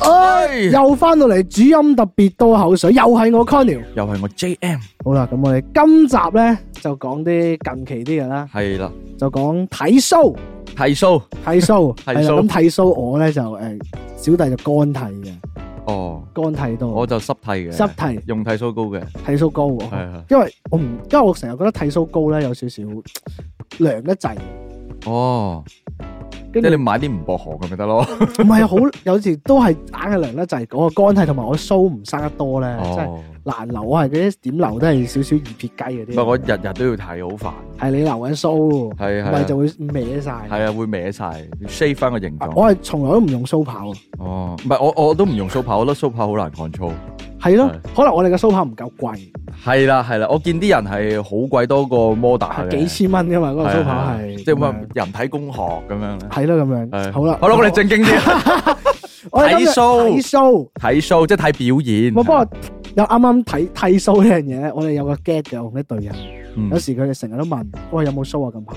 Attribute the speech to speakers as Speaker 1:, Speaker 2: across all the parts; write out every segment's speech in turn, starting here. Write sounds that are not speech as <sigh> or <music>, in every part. Speaker 1: 哦
Speaker 2: 唉，
Speaker 1: 又翻到嚟主音特別多口水，又係我 Conny。
Speaker 2: 又係我 J M，
Speaker 1: 好啦，咁我哋今集咧就講啲近期啲嘅 <laughs> 啦，
Speaker 2: 係啦，
Speaker 1: 就講剃須，
Speaker 2: 剃須，
Speaker 1: 剃
Speaker 2: 剃
Speaker 1: 須
Speaker 2: 須
Speaker 1: 係啦。咁剃須我咧就诶、小弟就乾剃嘅，
Speaker 2: 哦，
Speaker 1: 乾剃多
Speaker 2: 我，就濕剃嘅，
Speaker 1: 濕哦剃，
Speaker 2: 用剃須膏嘅，
Speaker 1: 剃須膏喎。
Speaker 2: 係係，
Speaker 1: 因為我唔， <laughs> 因為我成日覺得剃須膏咧有少少涼得滯，
Speaker 2: 哦，即
Speaker 1: 跟
Speaker 2: 係
Speaker 1: 住
Speaker 2: 你買啲唔薄荷嘅咪得咯，
Speaker 1: 唔係好，有時都係硬係涼得滯。我個乾剃同埋我須唔生得多咧，真 <laughs> 係
Speaker 2: 哦，
Speaker 1: 難留。我係嗰啲點留都係少少二撇雞嗰
Speaker 2: 唔
Speaker 1: 啲。
Speaker 2: 係我日日都要剃，好煩，
Speaker 1: 係你留緊須，
Speaker 2: 係
Speaker 1: 唔係就
Speaker 2: 係
Speaker 1: 會歪晒。
Speaker 2: 係啊，會歪晒要，shave 翻個形狀，
Speaker 1: 我係從來都唔用須刨，
Speaker 2: 哦，唔係我我都唔用鬚刨，我覺得鬚刨好難 control，
Speaker 1: 係咯
Speaker 2: 係，
Speaker 1: 可能我哋嘅須刨唔夠貴，
Speaker 2: 係啦係啦，我見啲人係好貴多過摩打嘅，
Speaker 1: 啊幾千蚊噶嘛嗰個
Speaker 2: 係
Speaker 1: 須
Speaker 2: 啊
Speaker 1: 刨
Speaker 2: 係啊
Speaker 1: 係，
Speaker 2: 即係
Speaker 1: 咁
Speaker 2: 乜
Speaker 1: 樣
Speaker 2: 人體工學咁樣咧，
Speaker 1: 係咯咁
Speaker 2: 係
Speaker 1: 樣。好啦，
Speaker 2: 好啦，我哋正經
Speaker 1: <laughs>
Speaker 2: 啲，
Speaker 1: 我哋今日
Speaker 2: 睇須
Speaker 1: 睇須，
Speaker 2: 睇 show 即係睇表演，
Speaker 1: 我不過有啱啱睇剃須呢樣嘢咧，我哋有個 get 嘅，我同啲隊人。
Speaker 2: 嗯
Speaker 1: 有時佢哋成日都問：喂，有冇 show 啊？近排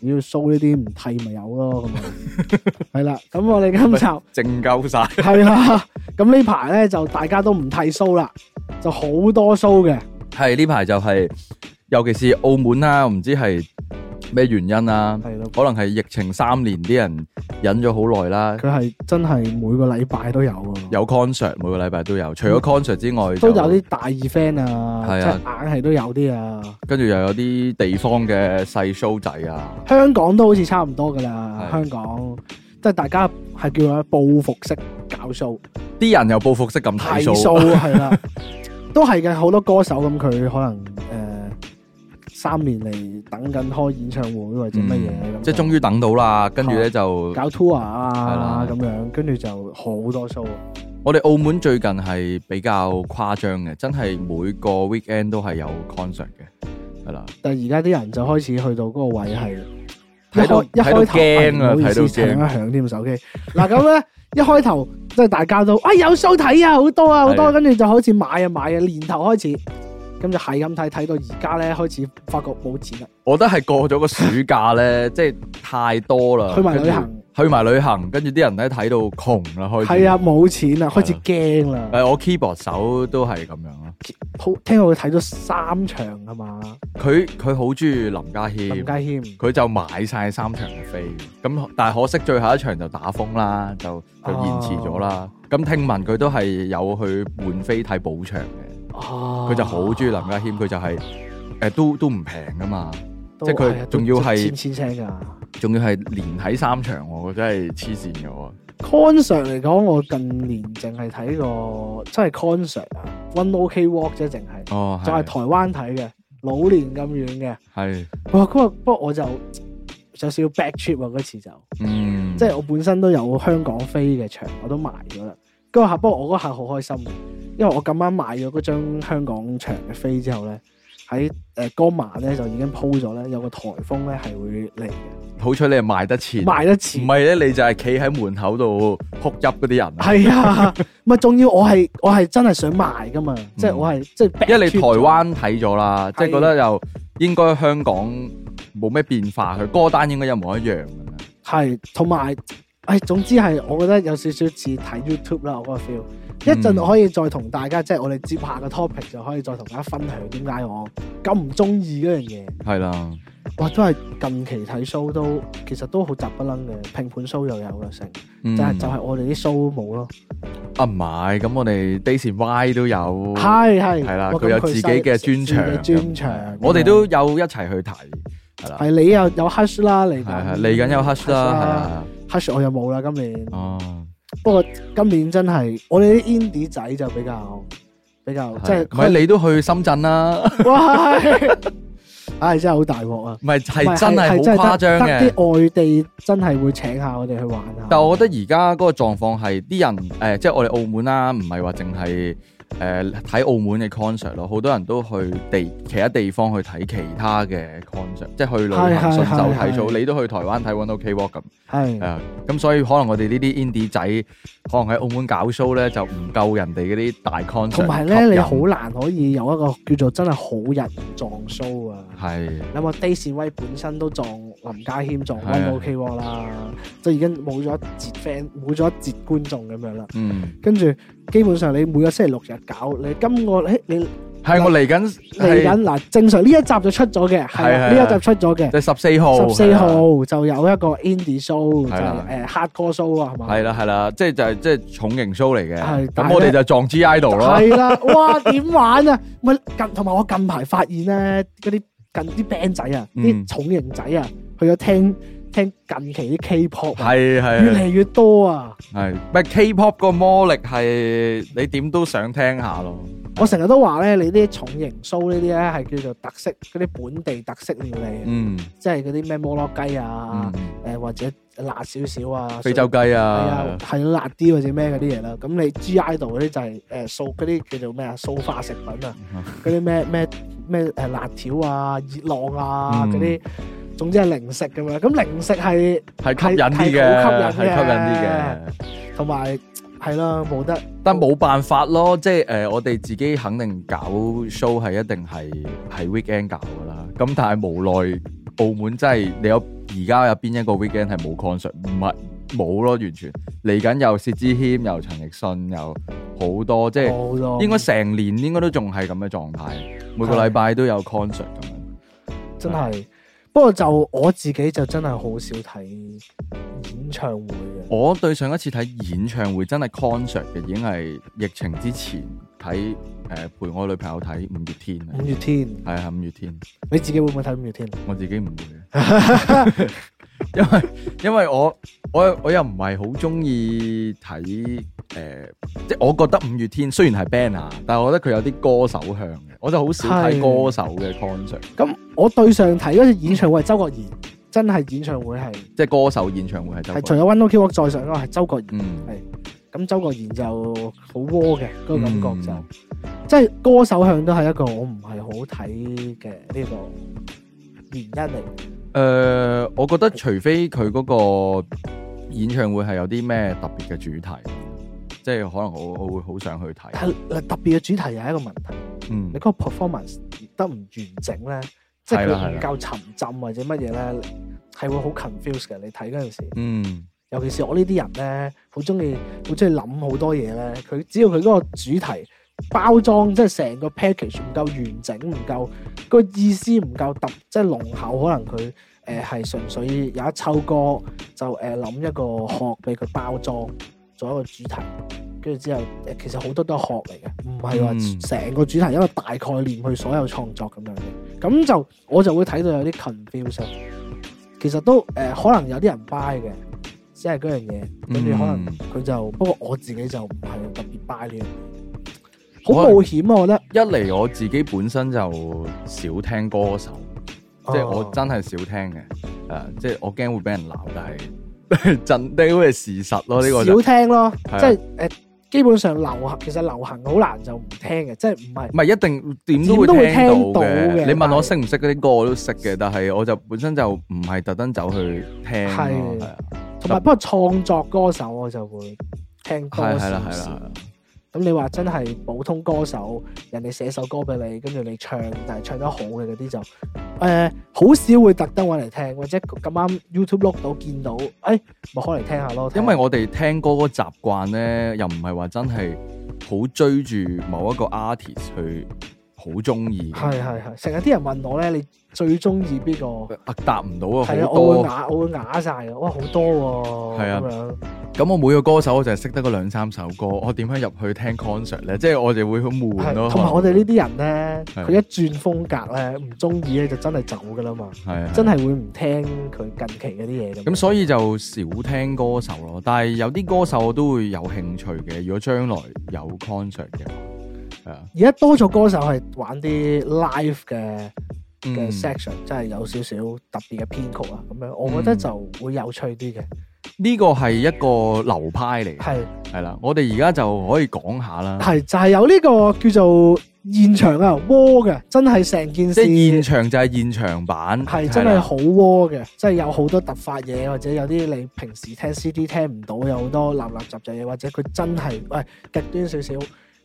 Speaker 1: 要 show 呢啲唔剃咪有咯
Speaker 2: <laughs>
Speaker 1: 咁樣。係啦，咁我哋今集
Speaker 2: 正鳩晒。
Speaker 1: 係啦，咁呢排咧就大家都唔剃 show 啦，就好多 show 嘅，
Speaker 2: 係呢排就係，尤其是澳門啦、唔知係咩原因啦、
Speaker 1: 係咯，
Speaker 2: 可能係疫情三年啲人忍咗好耐啦，
Speaker 1: 佢係真係每個禮拜都有啊，
Speaker 2: 有 concert 每個禮拜都有，除咗 concert 之外，
Speaker 1: 嗯都
Speaker 2: 就
Speaker 1: 有啲大 event 啊，
Speaker 2: 係
Speaker 1: 即係
Speaker 2: 啊
Speaker 1: 硬係都有啲啊。
Speaker 2: 跟住又有啲地方嘅細 show 仔啊，
Speaker 1: 香港都好似差唔多噶啦，
Speaker 2: 係
Speaker 1: 香港即係大家係叫佢報復式搞 show。
Speaker 2: 啲人又報復式咁睇
Speaker 1: 睇
Speaker 2: show，
Speaker 1: 數係啦，都係嘅。好多歌手咁，佢可能誒、呃三年嚟等緊開演唱會或者乜嘢咁啊
Speaker 2: 嗯即
Speaker 1: 就，
Speaker 2: 係終於等到啦，跟住咧就
Speaker 1: 搞 tour
Speaker 2: 係
Speaker 1: 啊
Speaker 2: 啦
Speaker 1: 咁樣，跟住就好多 show 啊。
Speaker 2: 我哋澳門最近係比較誇張嘅，真係每個 weekend 都係有 concert 嘅，係啦，
Speaker 1: 但係而家啲人就開始去到嗰個位係一
Speaker 2: 睇到
Speaker 1: 開一
Speaker 2: 睇到
Speaker 1: 開頭
Speaker 2: 驚啊
Speaker 1: 哎唔好意
Speaker 2: 睇到
Speaker 1: 思
Speaker 2: 驚
Speaker 1: 停一響添手機。嗱咁咧，一開頭即係大家都啊有 show 睇啊，好多啊好
Speaker 2: 係
Speaker 1: 多，
Speaker 2: 啊
Speaker 1: 跟住就開始買啊買啊，年頭開始咁就係咁睇，睇到而家咧開始發覺冇錢啦，
Speaker 2: 我覺得係過咗個暑假咧， <laughs> 即係太多啦，
Speaker 1: 去埋旅
Speaker 2: 跟住
Speaker 1: 行。
Speaker 2: 去埋旅行，跟住啲人咧睇到窮啦，開始。
Speaker 1: 係啊，冇錢啦，開始
Speaker 2: 係啊
Speaker 1: 驚啦。
Speaker 2: 誒，我 keyboard 手都係咁樣咯。
Speaker 1: 好聽講佢睇咗三場啊嘛，
Speaker 2: 佢佢好中意林家
Speaker 1: 林
Speaker 2: 謙，
Speaker 1: 家謙
Speaker 2: 佢就買晒三場嘅飛。咁但係可惜最後一場就打風啦，就就
Speaker 1: 哦
Speaker 2: 延遲咗啦。咁、聽聞佢都係有去換飛睇補場嘅，
Speaker 1: 哦，
Speaker 2: 佢就好中意林家謙，佢就係、誒都都唔平噶嘛，
Speaker 1: 都
Speaker 2: 即係佢
Speaker 1: 係啊
Speaker 2: 仲要
Speaker 1: 都
Speaker 2: 係
Speaker 1: 千千聲啊㗎。
Speaker 2: 仲要係連睇三場喎，真係黐線嘅喎。
Speaker 1: concert 嚟講，我近年淨係睇過真係 concert 啊，One OK Walk 啫，淨係
Speaker 2: 哦，
Speaker 1: 就係台灣睇嘅，老年咁遠嘅。
Speaker 2: 係
Speaker 1: 哇，嗰日不過我就有少少 back trip 啊，嗰次就
Speaker 2: 嗯，
Speaker 1: 即係我本身都有香港飛嘅場，我都買咗啦。嗰下不過我嗰下好開心嘅，因為我咁啱買咗嗰張香港場嘅飛之後咧，喺誒嗰晚咧就已經鋪咗咧，有個颱風咧係會嚟嘅，
Speaker 2: 好彩你係賣得錢。
Speaker 1: 賣得
Speaker 2: 唔
Speaker 1: 錢。
Speaker 2: 係咧，你就係企喺門口度哭泣嗰啲人啊，
Speaker 1: 係啊，唔係仲要我係我係真係想賣噶嘛，即係我係即係。
Speaker 2: 嗯因為你台灣睇咗啦，即
Speaker 1: 係
Speaker 2: 係覺得又應該香港冇咩變化，佢歌單應該一模一樣咁樣。
Speaker 1: 係，同埋，唉，總之係，我覺得有少少似睇 YouTube 啦，我嗰個 feel。一
Speaker 2: 嗯
Speaker 1: 陣我可以再同大家，即係我哋接下個 topic 就可以再同大家分享點解我咁唔中意嗰樣嘢。
Speaker 2: 係啦，
Speaker 1: 哇，都係近期睇 show 都其實都好雜不楞嘅，拼盤 show 又有啦，成
Speaker 2: 嗯
Speaker 1: 就係就係我哋啲 show 冇咯。
Speaker 2: 啊唔係，咁我哋 Days in Y 都有，
Speaker 1: 係係
Speaker 2: 哦係啦，
Speaker 1: 哇
Speaker 2: 佢有
Speaker 1: 咁
Speaker 2: 自己嘅專場，
Speaker 1: 自己嘅專場，
Speaker 2: 我哋都有一齊去睇，係啦，
Speaker 1: 係你又有 hush 啦，嚟
Speaker 2: 係
Speaker 1: 緊
Speaker 2: 係嚟緊有 Hush 啦，係啊，
Speaker 1: ，hush 我又冇啦，今年。
Speaker 2: 哦，
Speaker 1: 不過今年真係我哋啲 indie 仔就比較比較即係
Speaker 2: 係唔係你都去深圳啦？
Speaker 1: 哇！ <laughs> 唉，真係好大鑊啊！
Speaker 2: 唔係
Speaker 1: 唔係
Speaker 2: 係真係好誇張
Speaker 1: 係真係得
Speaker 2: 嘅
Speaker 1: 得。啲外地真係會請下我哋去玩下。
Speaker 2: 呃但我覺得而家嗰個狀況係啲人誒、即係我哋澳門啦，唔係話淨係誒睇澳門嘅 concert 咯，好多人都去地其他地方去睇其他嘅 concert，即係去旅
Speaker 1: 係
Speaker 2: 行
Speaker 1: 係
Speaker 2: 順手
Speaker 1: 係嗯
Speaker 2: 睇
Speaker 1: 係
Speaker 2: 數，你都去台灣睇 One OK Walk 咁，
Speaker 1: 係
Speaker 2: 係啊，咁所以可能我哋呢啲 indie 仔，可能喺澳門搞 show 咧就唔夠人哋嗰啲大 concert
Speaker 1: 同埋咧，你好
Speaker 2: 吸引
Speaker 1: 難可以有一個叫做真係好人撞 show 啊！
Speaker 2: 係
Speaker 1: 你諗下 d a i s y 威本身都撞林家謙撞
Speaker 2: 係啊
Speaker 1: One OK Wall 啦，即係已經冇咗一截 fan，冇咗一截觀眾咁樣啦。
Speaker 2: 嗯
Speaker 1: 跟住基本上你每個星期六日搞，你今個誒你
Speaker 2: 係我嚟緊
Speaker 1: 嚟
Speaker 2: 係
Speaker 1: 緊嗱，正常呢一集就出咗嘅，係
Speaker 2: 係
Speaker 1: 啦
Speaker 2: 啊
Speaker 1: 呢一集出咗嘅。
Speaker 2: 即係十四號
Speaker 1: 十四號就有一個 indie show，就
Speaker 2: 係啦
Speaker 1: 係誒 hardcore show 啊，係嘛？
Speaker 2: 係啦係啦，即係就係即係重型 show 嚟
Speaker 1: 係
Speaker 2: 嘅，
Speaker 1: 但係
Speaker 2: 咁我哋就撞 G idol 咯。
Speaker 1: 係啦，哇，點玩啊？咪近同埋我近排發現咧，嗰啲近啲 band 仔啊，
Speaker 2: 嗯
Speaker 1: 啲重型仔啊，去咗聽聽近期啲 K-pop，啊
Speaker 2: 係
Speaker 1: 越
Speaker 2: 係
Speaker 1: 嚟越多啊！
Speaker 2: 係，唔係 K-pop 個魔力係你點都想聽下咯。
Speaker 1: 我成日都話咧，你啲重型 show 呢啲咧係叫做特色，嗰啲本地特色料理，啊
Speaker 2: 嗯，
Speaker 1: 即係嗰啲咩摩洛雞啊
Speaker 2: 嗯，
Speaker 1: 誒或者辣少少啊，
Speaker 2: 非洲雞
Speaker 1: 係
Speaker 2: 啊
Speaker 1: 啊，，係辣啲或者咩嗰啲嘢啦。咁你 G I 度嗰啲就係誒素嗰啲叫做咩啊，素化食品啊，
Speaker 2: 嗯
Speaker 1: 嗰啲咩咩咩誒辣條啊、熱浪啊
Speaker 2: 嗯
Speaker 1: 嗰啲，總之係零食咁樣。咁零食係
Speaker 2: 係吸引啲
Speaker 1: 係
Speaker 2: 嘅，
Speaker 1: 好
Speaker 2: 係啊
Speaker 1: 吸
Speaker 2: 吸
Speaker 1: 引
Speaker 2: 引
Speaker 1: 嘅
Speaker 2: 啲嘅。
Speaker 1: 同埋係啦，冇得
Speaker 2: 但冇辦法咯，即係誒、呃我哋自己肯定搞 show 係一定係係 weekend 搞噶啦。咁但係無奈澳門真係你有而家有邊一個 weekend 係冇 concert？唔係冇咯，完全嚟緊又薛之謙，又陳奕迅，又好多，即係
Speaker 1: 冇咯。
Speaker 2: 應該成年應該都仲係咁嘅狀態，每個禮拜都有 concert 咁樣。
Speaker 1: 真係。不過就我自己就真係好少睇演唱會嘅。
Speaker 2: 我對上一次睇演唱會真係 concert 嘅，已經係疫情之前睇誒、呃陪我女朋友睇五月天啊
Speaker 1: 五，月天，
Speaker 2: 係啊五月天。
Speaker 1: 你自己會唔會睇五月天？啊
Speaker 2: 我自己唔會
Speaker 1: <laughs>
Speaker 2: 嘅因為因為我我我又唔係好中意睇誒，即係我覺得五月天雖然係 band 啊，但係我覺得佢有啲歌手向嘅，我就好少睇
Speaker 1: 係
Speaker 2: 歌手嘅 concert，
Speaker 1: 咁我對上睇嗰隻演唱會係周國賢，真係演唱會係。
Speaker 2: 即係歌手演唱會係周
Speaker 1: 係
Speaker 2: 國
Speaker 1: 除咗 One OK Walk 再上嗰個係周國賢，
Speaker 2: 嗯
Speaker 1: 咁周國賢就好窩嘅嗰個感覺就，
Speaker 2: 嗯
Speaker 1: 即係歌手向都係一個我唔係好睇嘅呢個原因嚟。
Speaker 2: 誒、呃我覺得除非佢嗰個演唱會係有啲咩特別嘅主題，即係可能我我會好想去睇，
Speaker 1: 但係特別嘅主題又係一個問題，
Speaker 2: 嗯
Speaker 1: 你嗰個 performance 得唔完整咧，即係
Speaker 2: 係啦
Speaker 1: 佢
Speaker 2: 係
Speaker 1: 唔
Speaker 2: 啦
Speaker 1: 夠沉浸或者乜嘢咧，係會好 confuse 嘅。你睇嗰陣時，
Speaker 2: 嗯
Speaker 1: 尤其是我呢啲人咧，好中意好中意諗好多嘢咧。佢只要佢嗰個主題包裝，即係成個 package 唔夠完整，唔夠個意思唔夠特，即係濃厚。可能佢誒係純粹有一抽歌就誒諗、一個殼俾佢包裝，做一個主題。跟住之後，誒其實好多都係殼嚟嘅，唔係
Speaker 2: 嗯
Speaker 1: 話成個主題一個大概念去所有創作咁樣嘅。咁就我就會睇到有啲啊 confusion。其實都誒、呃可能有啲人 buy 嘅，只係嗰樣嘢，跟住可能
Speaker 2: 嗯
Speaker 1: 佢就、不過我自己就唔係特別 buy 呢樣嘢，好冒險啊！我覺得，
Speaker 2: 一嚟我自己本身就少聽歌手。即
Speaker 1: 哦
Speaker 2: 係我真係少聽嘅，誒、即係我驚會俾人鬧，但係 <laughs> 真呢個係事實咯，呢、個就
Speaker 1: 少聽咯，
Speaker 2: 係啊
Speaker 1: 即係誒、呃基本上流行其實流行好難就唔聽嘅，即係唔係
Speaker 2: 唔係一定點都
Speaker 1: 點都會
Speaker 2: 會聽
Speaker 1: 聽到
Speaker 2: 到
Speaker 1: 嘅
Speaker 2: 嘅。你
Speaker 1: 但
Speaker 2: 問
Speaker 1: 係
Speaker 2: 我識唔識嗰啲歌我都識嘅，但係我就本身就唔係特登走去聽咯，
Speaker 1: 係
Speaker 2: 係啊，
Speaker 1: 同埋不過創作歌手我就會聽多
Speaker 2: 係
Speaker 1: 少
Speaker 2: 係啦係
Speaker 1: 少
Speaker 2: 啦。，
Speaker 1: 咁你話真係普通歌手，人哋寫首歌俾你，跟住你唱，但係唱得好嘅嗰啲就誒呃好、少會特登揾嚟聽，或者咁啱 YouTube 碌到見到，誒、咪開嚟聽下咯。
Speaker 2: 因為我哋聽歌嗰個習慣咧，又唔係話真係好追住某一個 artist 去好中意嘅，
Speaker 1: 係係係，成日啲人問我咧，你最中意邊個？
Speaker 2: 啊答唔到啊好
Speaker 1: 係啊，我會
Speaker 2: 多。
Speaker 1: 啞，我會啞晒嘅。哇，好多喎、
Speaker 2: 係啊
Speaker 1: 咁樣。
Speaker 2: 咁我每個歌手我就係識得嗰兩三首歌，我點樣入去聽 concert 咧？即係我哋會好悶
Speaker 1: 係
Speaker 2: 咯。
Speaker 1: 同埋我哋呢啲人咧，
Speaker 2: 係
Speaker 1: 佢一轉風格咧，唔中意咧就真係走噶啦嘛，
Speaker 2: 係啊
Speaker 1: 真係會唔聽佢近期嗰啲嘢咁樣。
Speaker 2: 咁，所以就少聽歌手咯。但係有啲歌手我都會有興趣嘅。如果將來有 concert 嘅話，係啊，
Speaker 1: 而家多咗歌手係玩啲 live 嘅嘅
Speaker 2: 嗯
Speaker 1: section，真係有少少特別嘅編曲啊，咁樣我覺得
Speaker 2: 嗯
Speaker 1: 就會有趣啲嘅。
Speaker 2: 呢個係一個流派嚟嘅，
Speaker 1: 係
Speaker 2: 係啦。我哋而家就可以講下啦，
Speaker 1: 係就係有呢個叫做現場啊窩嘅，真係成件
Speaker 2: 即
Speaker 1: 事
Speaker 2: 係現場就係現場版，
Speaker 1: 係真
Speaker 2: 係
Speaker 1: 係
Speaker 2: 啦
Speaker 1: 好窩嘅，即係有好多突發嘢，或者有啲你平時聽 CD 聽唔到，有好多垃垃雜雜嘢，或者佢真係喂極端少少，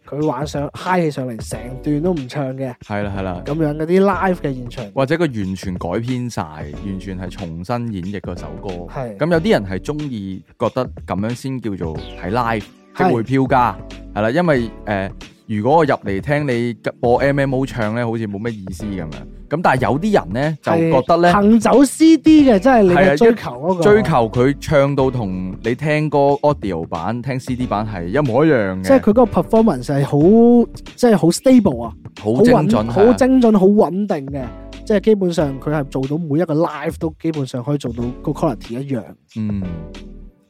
Speaker 1: 佢玩上嗨起上嚟，成段都唔唱嘅，
Speaker 2: 係啦係啦，
Speaker 1: 咁樣嗰啲 live 嘅現場
Speaker 2: 或者佢完全改編晒，完全係重新演繹嗰首歌。
Speaker 1: 係
Speaker 2: 咁有啲人係中意覺得咁樣先叫做睇 live，即
Speaker 1: 係
Speaker 2: 係會票價係啦，因為誒、呃如果我入嚟聽你播 M M O 唱咧，好似冇咩意思咁樣。咁但係有啲人咧就
Speaker 1: 係
Speaker 2: 覺得咧。
Speaker 1: 行走 CD 嘅，真係你
Speaker 2: 係啊
Speaker 1: 嘅
Speaker 2: 一
Speaker 1: 追求嗰個
Speaker 2: 追求佢唱到同你聽歌 audio 版、聽 CD 版係一模一樣
Speaker 1: 即係
Speaker 2: 嘅，
Speaker 1: 佢嗰個 performance 係好，即係好 stable 啊，
Speaker 2: 好精
Speaker 1: 穩
Speaker 2: 準，啊
Speaker 1: 好精準，好啊穩定嘅。即係基本上佢係做到每一個 live 都基本上可以做到個 quality 一樣。
Speaker 2: 嗯，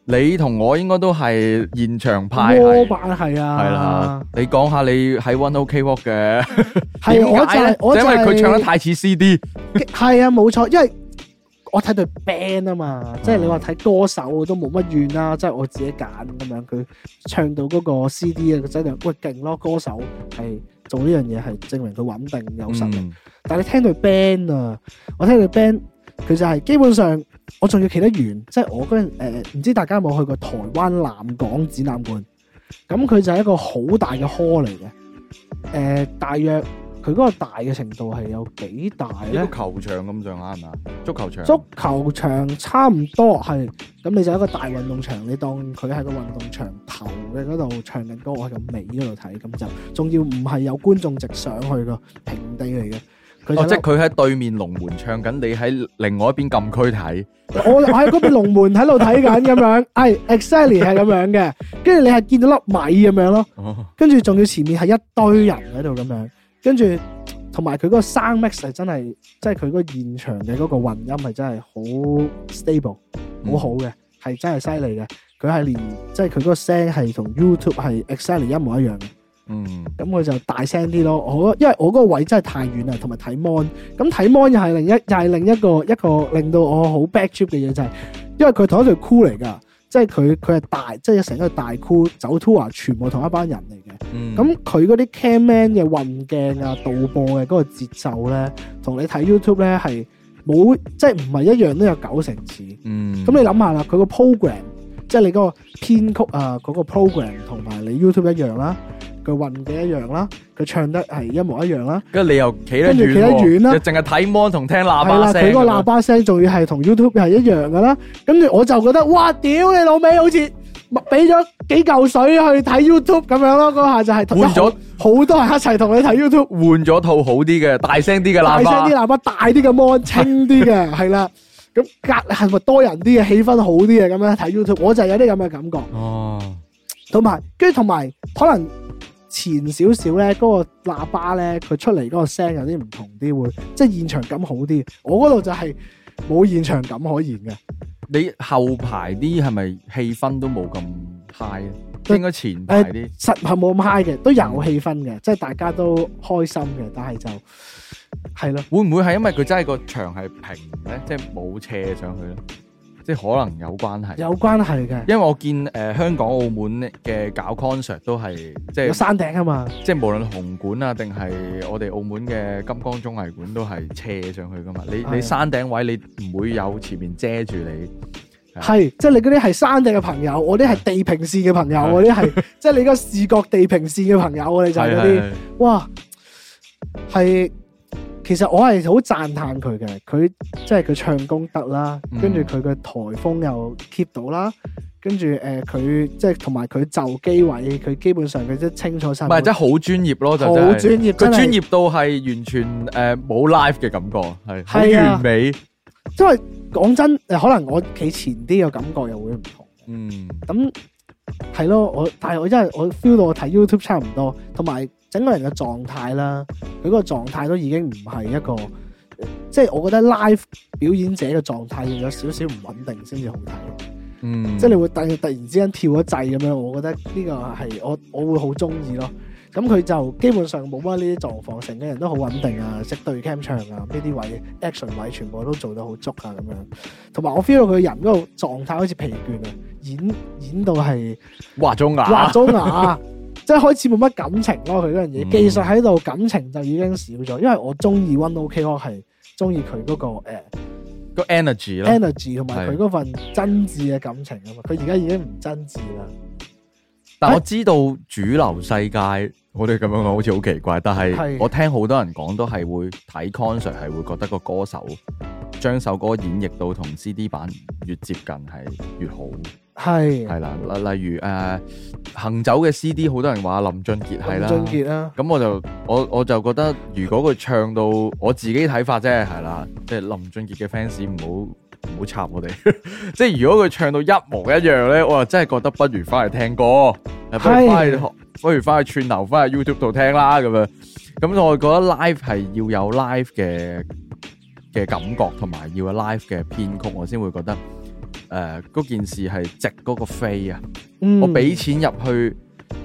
Speaker 2: 你同我應該都係現場派
Speaker 1: 波
Speaker 2: 係
Speaker 1: 板係
Speaker 2: 係
Speaker 1: 啊
Speaker 2: 啦，，你講下你喺 One OK Walk 嘅
Speaker 1: 係
Speaker 2: 點
Speaker 1: 我就
Speaker 2: 解
Speaker 1: 係
Speaker 2: 咧？
Speaker 1: 我就
Speaker 2: 因為佢唱得太似 CD，
Speaker 1: 係啊，冇錯，因為我睇對 band 啊嘛，即係你話睇歌手都冇乜怨啦，即係我自己揀咁樣，佢唱到嗰個 CD 啊嘅質量，喂勁咯，歌手係做呢樣嘢係證明佢穩定有實力。
Speaker 2: 嗯
Speaker 1: 但係你聽對 band 啊，我聽對 band，佢就係基本上我仲要企得遠，即係我嗰陣誒唔知大家有冇去過台灣南港展覽館，咁佢就係一個好大嘅 hall 嚟嘅，誒、呃大約佢嗰個大嘅程度係有幾大
Speaker 2: 呢
Speaker 1: 咧？
Speaker 2: 個球場咁上下係嘛？足球場，
Speaker 1: 足球場差唔多係，咁你就一個大運動場，你當佢喺個運動場頭嘅嗰度唱緊歌，我喺個尾嗰度睇，咁就仲要唔係有觀眾席上去個平地嚟嘅，佢就
Speaker 2: 哦，
Speaker 1: 一
Speaker 2: 即係佢喺對面龍門唱緊，你喺另外一邊禁區睇，
Speaker 1: 我我喺嗰邊龍門喺度睇緊咁樣，係 exactly 係咁樣嘅，跟住你係見到粒米咁樣咯，
Speaker 2: 哦
Speaker 1: 跟住仲要前面係一堆人喺度咁樣，跟住同埋佢嗰個 sound mix 係真係，即係佢嗰個現場嘅嗰個混音係真係好 stable，好
Speaker 2: 嗯
Speaker 1: 好嘅，係真係犀利嘅。佢係連即係佢嗰個聲係同 YouTube 係 exactly 一模一樣嘅，
Speaker 2: 嗯，
Speaker 1: 咁佢就大聲啲咯。我因為我嗰個位真係太遠啦，同埋睇 mon，咁睇 mon 又係另一又係另一個一個令到我好 back trip 嘅嘢就係、因為佢同一隊 crew 嚟㗎，即係佢佢係大即係成一個大 crew 走 tour 啊全部同一班人嚟嘅。
Speaker 2: 嗯
Speaker 1: 咁佢嗰啲 camman 嘅運鏡啊、導播嘅嗰個節奏咧，同你睇 YouTube 咧係冇即係唔係一樣都有九成似。
Speaker 2: 嗯
Speaker 1: 咁你諗下啦，佢個 program 即係你嗰個編曲啊，嗰、個 program 同埋你 YouTube 一樣啦，佢運嘅一樣啦，佢唱得係一模一樣啦，
Speaker 2: 跟住你又企得
Speaker 1: 跟住
Speaker 2: 遠
Speaker 1: 企得遠啦
Speaker 2: 喎，就淨係睇 mon 同聽喇
Speaker 1: 係
Speaker 2: 叭
Speaker 1: 啦，
Speaker 2: 聲
Speaker 1: 佢
Speaker 2: 咁
Speaker 1: 個
Speaker 2: 樣
Speaker 1: 喇叭聲仲要係同 YouTube 係一樣噶啦，跟住我就覺得哇，屌你老味，好似俾咗幾嚿水去睇 YouTube 咁樣咯，嗰下就係
Speaker 2: 換咗
Speaker 1: 好好多人一齊同你睇 YouTube。
Speaker 2: 換咗套好啲嘅、大聲啲嘅
Speaker 1: 大
Speaker 2: 喇
Speaker 1: 聲
Speaker 2: 叭
Speaker 1: 啲，喇叭，大啲嘅 mon，清啲嘅，係啦。咁隔係咪多人啲嘅氣氛好啲嘅咁樣睇 YouTube，我就有啲咁嘅感覺。
Speaker 2: 哦，
Speaker 1: 同埋跟住同埋可能前少少咧，嗰、個喇叭咧，佢出嚟嗰個聲有啲唔同啲，會即係現場感好啲。我嗰度就係冇現場感可言嘅。
Speaker 2: 你後排啲係咪氣氛都冇咁 high 咧？
Speaker 1: 對
Speaker 2: 應該前排啲，
Speaker 1: 實係冇咁 high 嘅，都有氣氛嘅，即係大家都開心嘅，但係就係咯，
Speaker 2: 會唔會係因為佢真係個牆係平咧，即係冇斜上去咧？即係可能有關係。
Speaker 1: 有關係嘅，
Speaker 2: 因為我見誒、呃香港、澳門嘅搞 concert 都係即係
Speaker 1: 有山頂啊嘛，
Speaker 2: 即係無論紅館啊，定係我哋澳門嘅金光綜藝館都係斜上去噶嘛。你
Speaker 1: 係啊
Speaker 2: 你山頂位你唔會有前面遮住你，
Speaker 1: 係，即係你嗰啲係山地嘅朋友，我啲係地平線嘅朋友，我啲係即係你嗰個視覺地平線嘅朋友，我哋就係嗰啲，
Speaker 2: 係
Speaker 1: 哇，係，其實我係好讚歎佢嘅，佢即係佢唱功得啦，
Speaker 2: 嗯
Speaker 1: 跟住佢嘅台風又 keep 到啦，跟住誒佢即係同埋佢就機位，佢基本上佢都清楚晒
Speaker 2: 唔
Speaker 1: 每，
Speaker 2: 係真係好專業咯，就
Speaker 1: 好
Speaker 2: 真係
Speaker 1: 專業，
Speaker 2: 佢
Speaker 1: 真
Speaker 2: 專
Speaker 1: 係，
Speaker 2: 業到係完全誒冇 live 嘅感覺，係好
Speaker 1: 係啊
Speaker 2: 完美。
Speaker 1: 因為講真，呃誒可能我企前啲嘅感覺又會唔同。
Speaker 2: 嗯，
Speaker 1: 咁係咯，我但係我真係我 feel 到我睇 YouTube 差唔多，同埋整個人嘅狀態啦，佢嗰個狀態都已經唔係一個，呃即係我覺得 live 表演者嘅狀態要有少少唔穩定先至好睇，
Speaker 2: 嗯，
Speaker 1: 即係你會突突然之間跳咗掣咁樣，我覺得呢個係我我會好中意咯。咁佢就基本上冇乜呢啲狀況，成個人都好穩定啊，識對 cam 唱啊，呢啲位 action 位全部都做到好足啊咁樣。同埋我 feel 到佢人嗰個狀態好似疲倦啊，演演到係
Speaker 2: 畫咗
Speaker 1: 畫
Speaker 2: 牙，
Speaker 1: 咗牙，即係開始冇乜感情咯。佢嗰樣嘢
Speaker 2: 嗯
Speaker 1: 技術喺度，感情就已經少咗。因為我中意 One OK 咯，係中意佢嗰個誒。呃
Speaker 2: 個 energy 啦，
Speaker 1: energy 同埋佢嗰份真摯嘅感情啊嘛，佢而家已經唔真摯啦。
Speaker 2: 但我知道主流世界，我哋咁樣講好似好奇怪，但係
Speaker 1: 係
Speaker 2: 我聽好多人講都係會睇 concert 係會覺得個歌手將首歌演繹到同 CD 版越接近係越好，
Speaker 1: 係
Speaker 2: 係啦，例例如誒、呃行走嘅 CD，好多人話林俊傑係
Speaker 1: 林
Speaker 2: 啦。
Speaker 1: 俊傑啊啦，
Speaker 2: 咁我就我我就覺得，如果佢唱到我自己睇法啫，係啦，即係林俊傑嘅 fans 唔好唔好插我哋。 <laughs> 即係如果佢唱到一模一樣咧，我又真係覺得不如翻嚟聽歌，不如翻去學不如翻去串流，翻去 YouTube 度聽啦咁樣。咁我覺得 live 係要有 live 嘅嘅感覺，同埋要有 live 嘅編曲，我先會覺得誒嗰、件事係值嗰個飛啊！
Speaker 1: 嗯
Speaker 2: 我俾錢入去，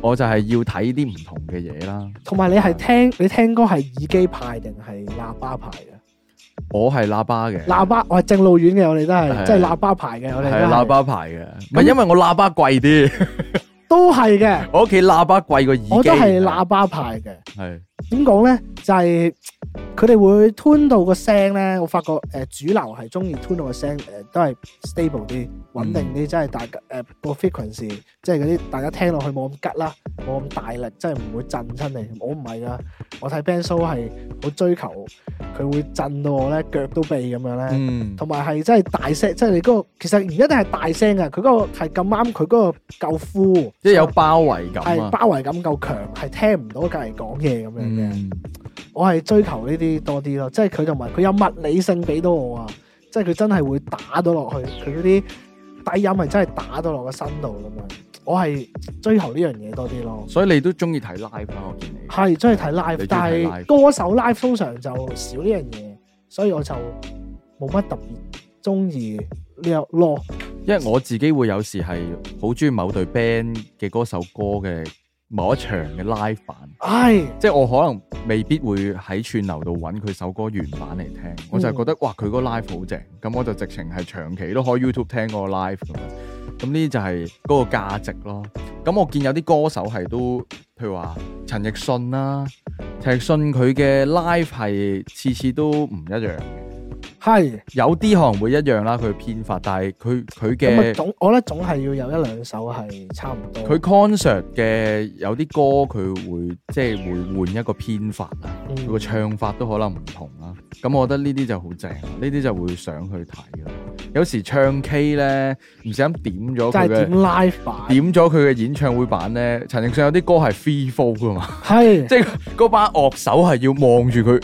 Speaker 2: 我就係要睇啲唔同嘅嘢啦。
Speaker 1: 同埋你係聽你聽歌係耳機派定係喇叭派嘅？
Speaker 2: 我係喇叭嘅，
Speaker 1: 喇叭我係正路院嘅，我哋都
Speaker 2: 係
Speaker 1: 係即係喇叭牌嘅，我哋
Speaker 2: 係啊
Speaker 1: 都
Speaker 2: 喇
Speaker 1: 係
Speaker 2: 叭牌嘅，唔係因為我喇叭貴啲， <laughs>
Speaker 1: 都係嘅，
Speaker 2: 我屋企喇叭貴過耳機。
Speaker 1: 我都係喇叭派嘅。
Speaker 2: 係
Speaker 1: 點講咧？就係佢哋會 tune 到個聲咧，我發覺誒、呃主流係中意 tune 到個聲誒、呃都係 stable 啲、穩定
Speaker 2: 嗯
Speaker 1: 啲，即係大家誒個 frequency，即係嗰啲大家聽落去冇咁吉啦，冇咁大力，即係唔會震親你。我唔係噶，我睇 band show 係好追求佢會震到我咧腳都痹咁樣咧，
Speaker 2: 嗯
Speaker 1: 同埋係真係大聲，即係你嗰、個其實唔一定係大聲啊，佢嗰個係咁啱佢嗰個夠 full，
Speaker 2: 即係有包圍感
Speaker 1: 係
Speaker 2: 啊。
Speaker 1: 包圍感夠強，係聽唔到隔離講嘢咁樣嘅。
Speaker 2: 嗯，
Speaker 1: 我係追求呢啲多啲咯，即係佢同埋佢有物理性俾到我啊，即係佢真係會打到落去，佢嗰啲低音係真係打到落個身度咁樣。我係追求呢樣嘢多啲咯，
Speaker 2: 所以你都中意睇 live 啦，我見你。
Speaker 1: 係中意睇 live，
Speaker 2: 你中意
Speaker 1: 但
Speaker 2: 睇
Speaker 1: 係歌手 live 通常就少呢樣嘢，所以我就冇乜特別中意呢個咯。
Speaker 2: 因為我自己會有時係好中意某隊 band 嘅嗰首歌嘅某一場嘅 live 版，
Speaker 1: 唉，
Speaker 2: 即係我可能未必會喺串流度揾佢首歌原版嚟聽，我就係覺得哇佢個 live 好正，咁我就直情係長期都可以 YouTube 聽個 live 咁樣，咁呢啲就係嗰個價值咯。咁我見有啲歌手係都，譬如話陳奕迅啦，陳奕迅佢嘅 live 係次次都唔一樣嘅，
Speaker 1: 係
Speaker 2: 有啲可能會一樣啦，佢編法，但係佢佢
Speaker 1: 咁啊，
Speaker 2: 嘅。
Speaker 1: 總我覺得總係要有一兩首係差唔多。
Speaker 2: 佢 concert 嘅有啲歌，佢會即係會換一個編法啊，
Speaker 1: 嗯
Speaker 2: 佢個唱法都可能唔同啦。咁我覺得呢啲就好正啦，呢啲就會想去睇啦。有時唱 K 咧，唔小心點咗
Speaker 1: 就
Speaker 2: 佢
Speaker 1: 係點啊
Speaker 2: 嘅
Speaker 1: live 版，
Speaker 2: 點咗佢嘅演唱會版咧，陳奕迅有啲歌係 free fall 噶嘛， <laughs>
Speaker 1: 係
Speaker 2: 即係嗰班樂手係要望住佢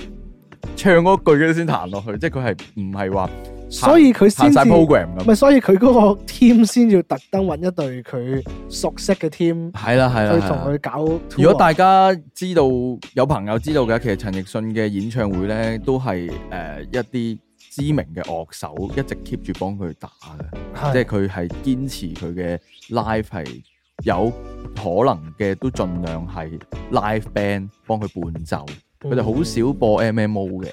Speaker 2: 唱嗰句嘅先彈落去，即係佢係唔係話
Speaker 1: 所以佢先
Speaker 2: 彈晒
Speaker 1: 至。
Speaker 2: program 咁。
Speaker 1: 咪所以佢嗰個 team 先要特登揾一隊佢熟悉嘅 team
Speaker 2: 係啦係啦，啊
Speaker 1: 去
Speaker 2: 係
Speaker 1: 同
Speaker 2: 啦
Speaker 1: 佢搞 tour。啊
Speaker 2: 如果大家知道有朋友知道嘅，其實陳奕迅嘅演唱會咧，都係誒、呃一啲知名嘅樂手一直 keep 住幫佢打嘅，
Speaker 1: 係
Speaker 2: 即係佢係堅持佢嘅 live 係有可能嘅，都盡量係 live band 幫佢伴奏，佢哋好。
Speaker 1: 嗯
Speaker 2: 少播 MMO 嘅。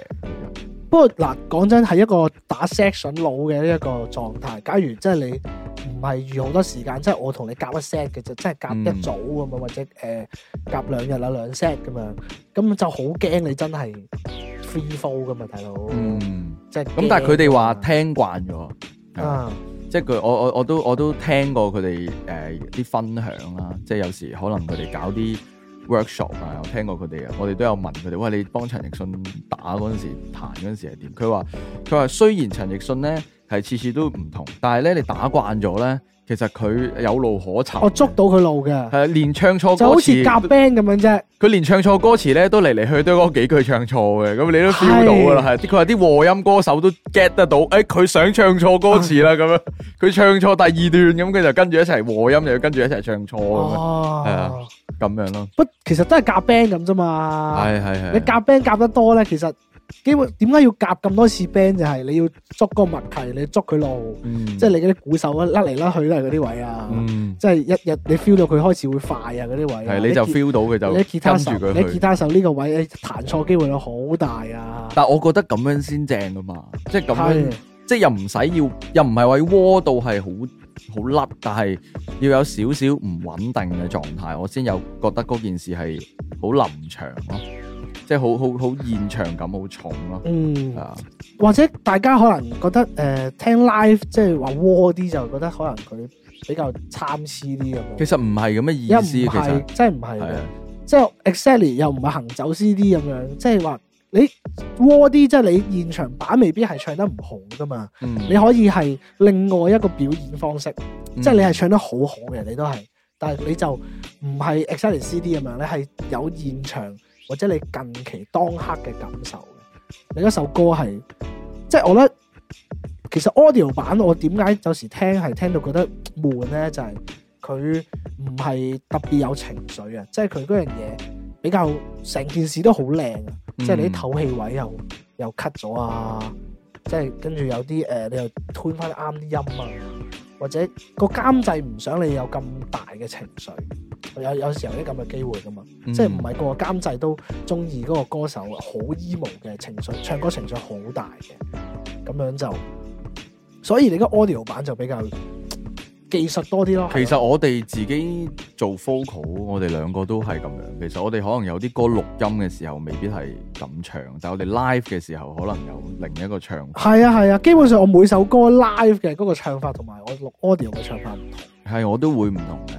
Speaker 1: 不過嗱，講真係一個打 section 佬嘅呢一個狀態。假如即係你唔係預好多時間，即係我同你夾一 set 嘅啫，即係
Speaker 2: 嗯
Speaker 1: 夾一組咁啊樣，或者誒呃夾兩日啊兩 set 咁樣，咁就好驚你真係 free fall 噶嘛，大佬。
Speaker 2: 嗯，
Speaker 1: 即係
Speaker 2: 咁但係佢哋話聽慣咗。
Speaker 1: 驚啊，
Speaker 2: 即係佢，我我我都我都聽過佢哋誒啲分享啦，即係有時可能佢哋搞啲 workshop 啊，我聽過佢哋啊，我哋都有問佢哋，喂，你幫陳奕迅打嗰陣時彈嗰陣時係點？佢話佢話雖然陳奕迅咧係次次都唔同，但係咧你打慣咗咧，其實佢有路可尋。
Speaker 1: 我捉到佢路嘅，
Speaker 2: 係啊連唱錯歌詞，
Speaker 1: 哦就好似夾 band 咁樣啫。
Speaker 2: 佢連唱錯歌詞咧，都嚟嚟去都嗰幾句唱錯嘅，咁你都 feel 到噶啦，係佢話啲和音歌手都 get 得到，誒、哎佢想唱錯歌詞啦，咁樣佢唱錯第二段，咁佢就跟住一齊和音，又要跟住一齊唱錯咁樣，係啊
Speaker 1: 哦。
Speaker 2: 咁樣咯，
Speaker 1: 不，其實都係夾 band 咁啫嘛。
Speaker 2: 係係係，
Speaker 1: 你夾 band 夾得多咧，其實基本點解要夾咁多次 band 就係你要捉個默契，你要捉佢路，即係你嗰啲鼓手啊甩嚟甩去都係嗰啲位啊，
Speaker 2: 嗯，
Speaker 1: 即係一日你 feel 到佢開始會快啊嗰啲位啊，
Speaker 2: 係你就 feel 到佢就
Speaker 1: 你吉他手，
Speaker 2: 跟住
Speaker 1: 你
Speaker 2: 佢
Speaker 1: 吉
Speaker 2: 去。
Speaker 1: 他手呢個位你彈錯機會率好大啊！
Speaker 2: 但我覺得咁樣先正噶嘛，即係咁樣
Speaker 1: 係，
Speaker 2: 即係又唔使要，又唔係話要窩到係好好甩，但係要有少少唔穩定嘅狀態，我先有覺得嗰件事係好臨場咯，即係好好好現場感好重咯，
Speaker 1: 嗯
Speaker 2: 係，啊，
Speaker 1: 或者大家可能覺得誒、呃、聽 live 即係話 war 啲，就覺得可能佢比較參差啲咁樣。
Speaker 2: 其實唔係咁嘅
Speaker 1: 而
Speaker 2: 意
Speaker 1: 家唔
Speaker 2: 思，其
Speaker 1: 係
Speaker 2: 實
Speaker 1: 真係唔係
Speaker 2: 係
Speaker 1: 嘅
Speaker 2: 啊，
Speaker 1: 即係 exactly 又唔係行走 CD 咁樣，即係話你 war 啲，即係你現場版未必係唱得唔好噶嘛，
Speaker 2: 嗯
Speaker 1: 你可以係另外一個表演方式。
Speaker 2: 嗯
Speaker 1: 即係你係唱得好好嘅，你都係，但係你就唔係 exactly CD 咁樣，你係有現場或者你近期當刻嘅感受嘅。你嗰首歌係，即係我覺得其實 audio 版我點解有時聽係聽到覺得悶咧，就係佢唔係特別有情緒啊，即係佢嗰樣嘢比較成件事都好靚啊，
Speaker 2: 嗯
Speaker 1: 即係你啲唞氣位又又 cut 咗啊，即係跟住有啲誒、呃你又吞翻啱啲音啊。或者個監製唔想你有咁大嘅情緒，有有時候有啲咁嘅機會噶嘛，
Speaker 2: 嗯
Speaker 1: 即係唔係個個監製都中意嗰個歌手好 emo 嘅情緒，唱歌情緒好大嘅，咁樣就，所以你個 audio 版就比較嗯技術多啲咯。
Speaker 2: 其實我哋自己做 focal，我哋兩個都係咁樣。其實我哋可能有啲歌錄音嘅時候未必係咁唱，但我哋 live 嘅時候可能有另一個唱法。
Speaker 1: 係啊係啊，基本上我每首歌 live 嘅嗰個唱法同埋我錄 audio 嘅唱法唔同，
Speaker 2: 係我都會唔同嘅，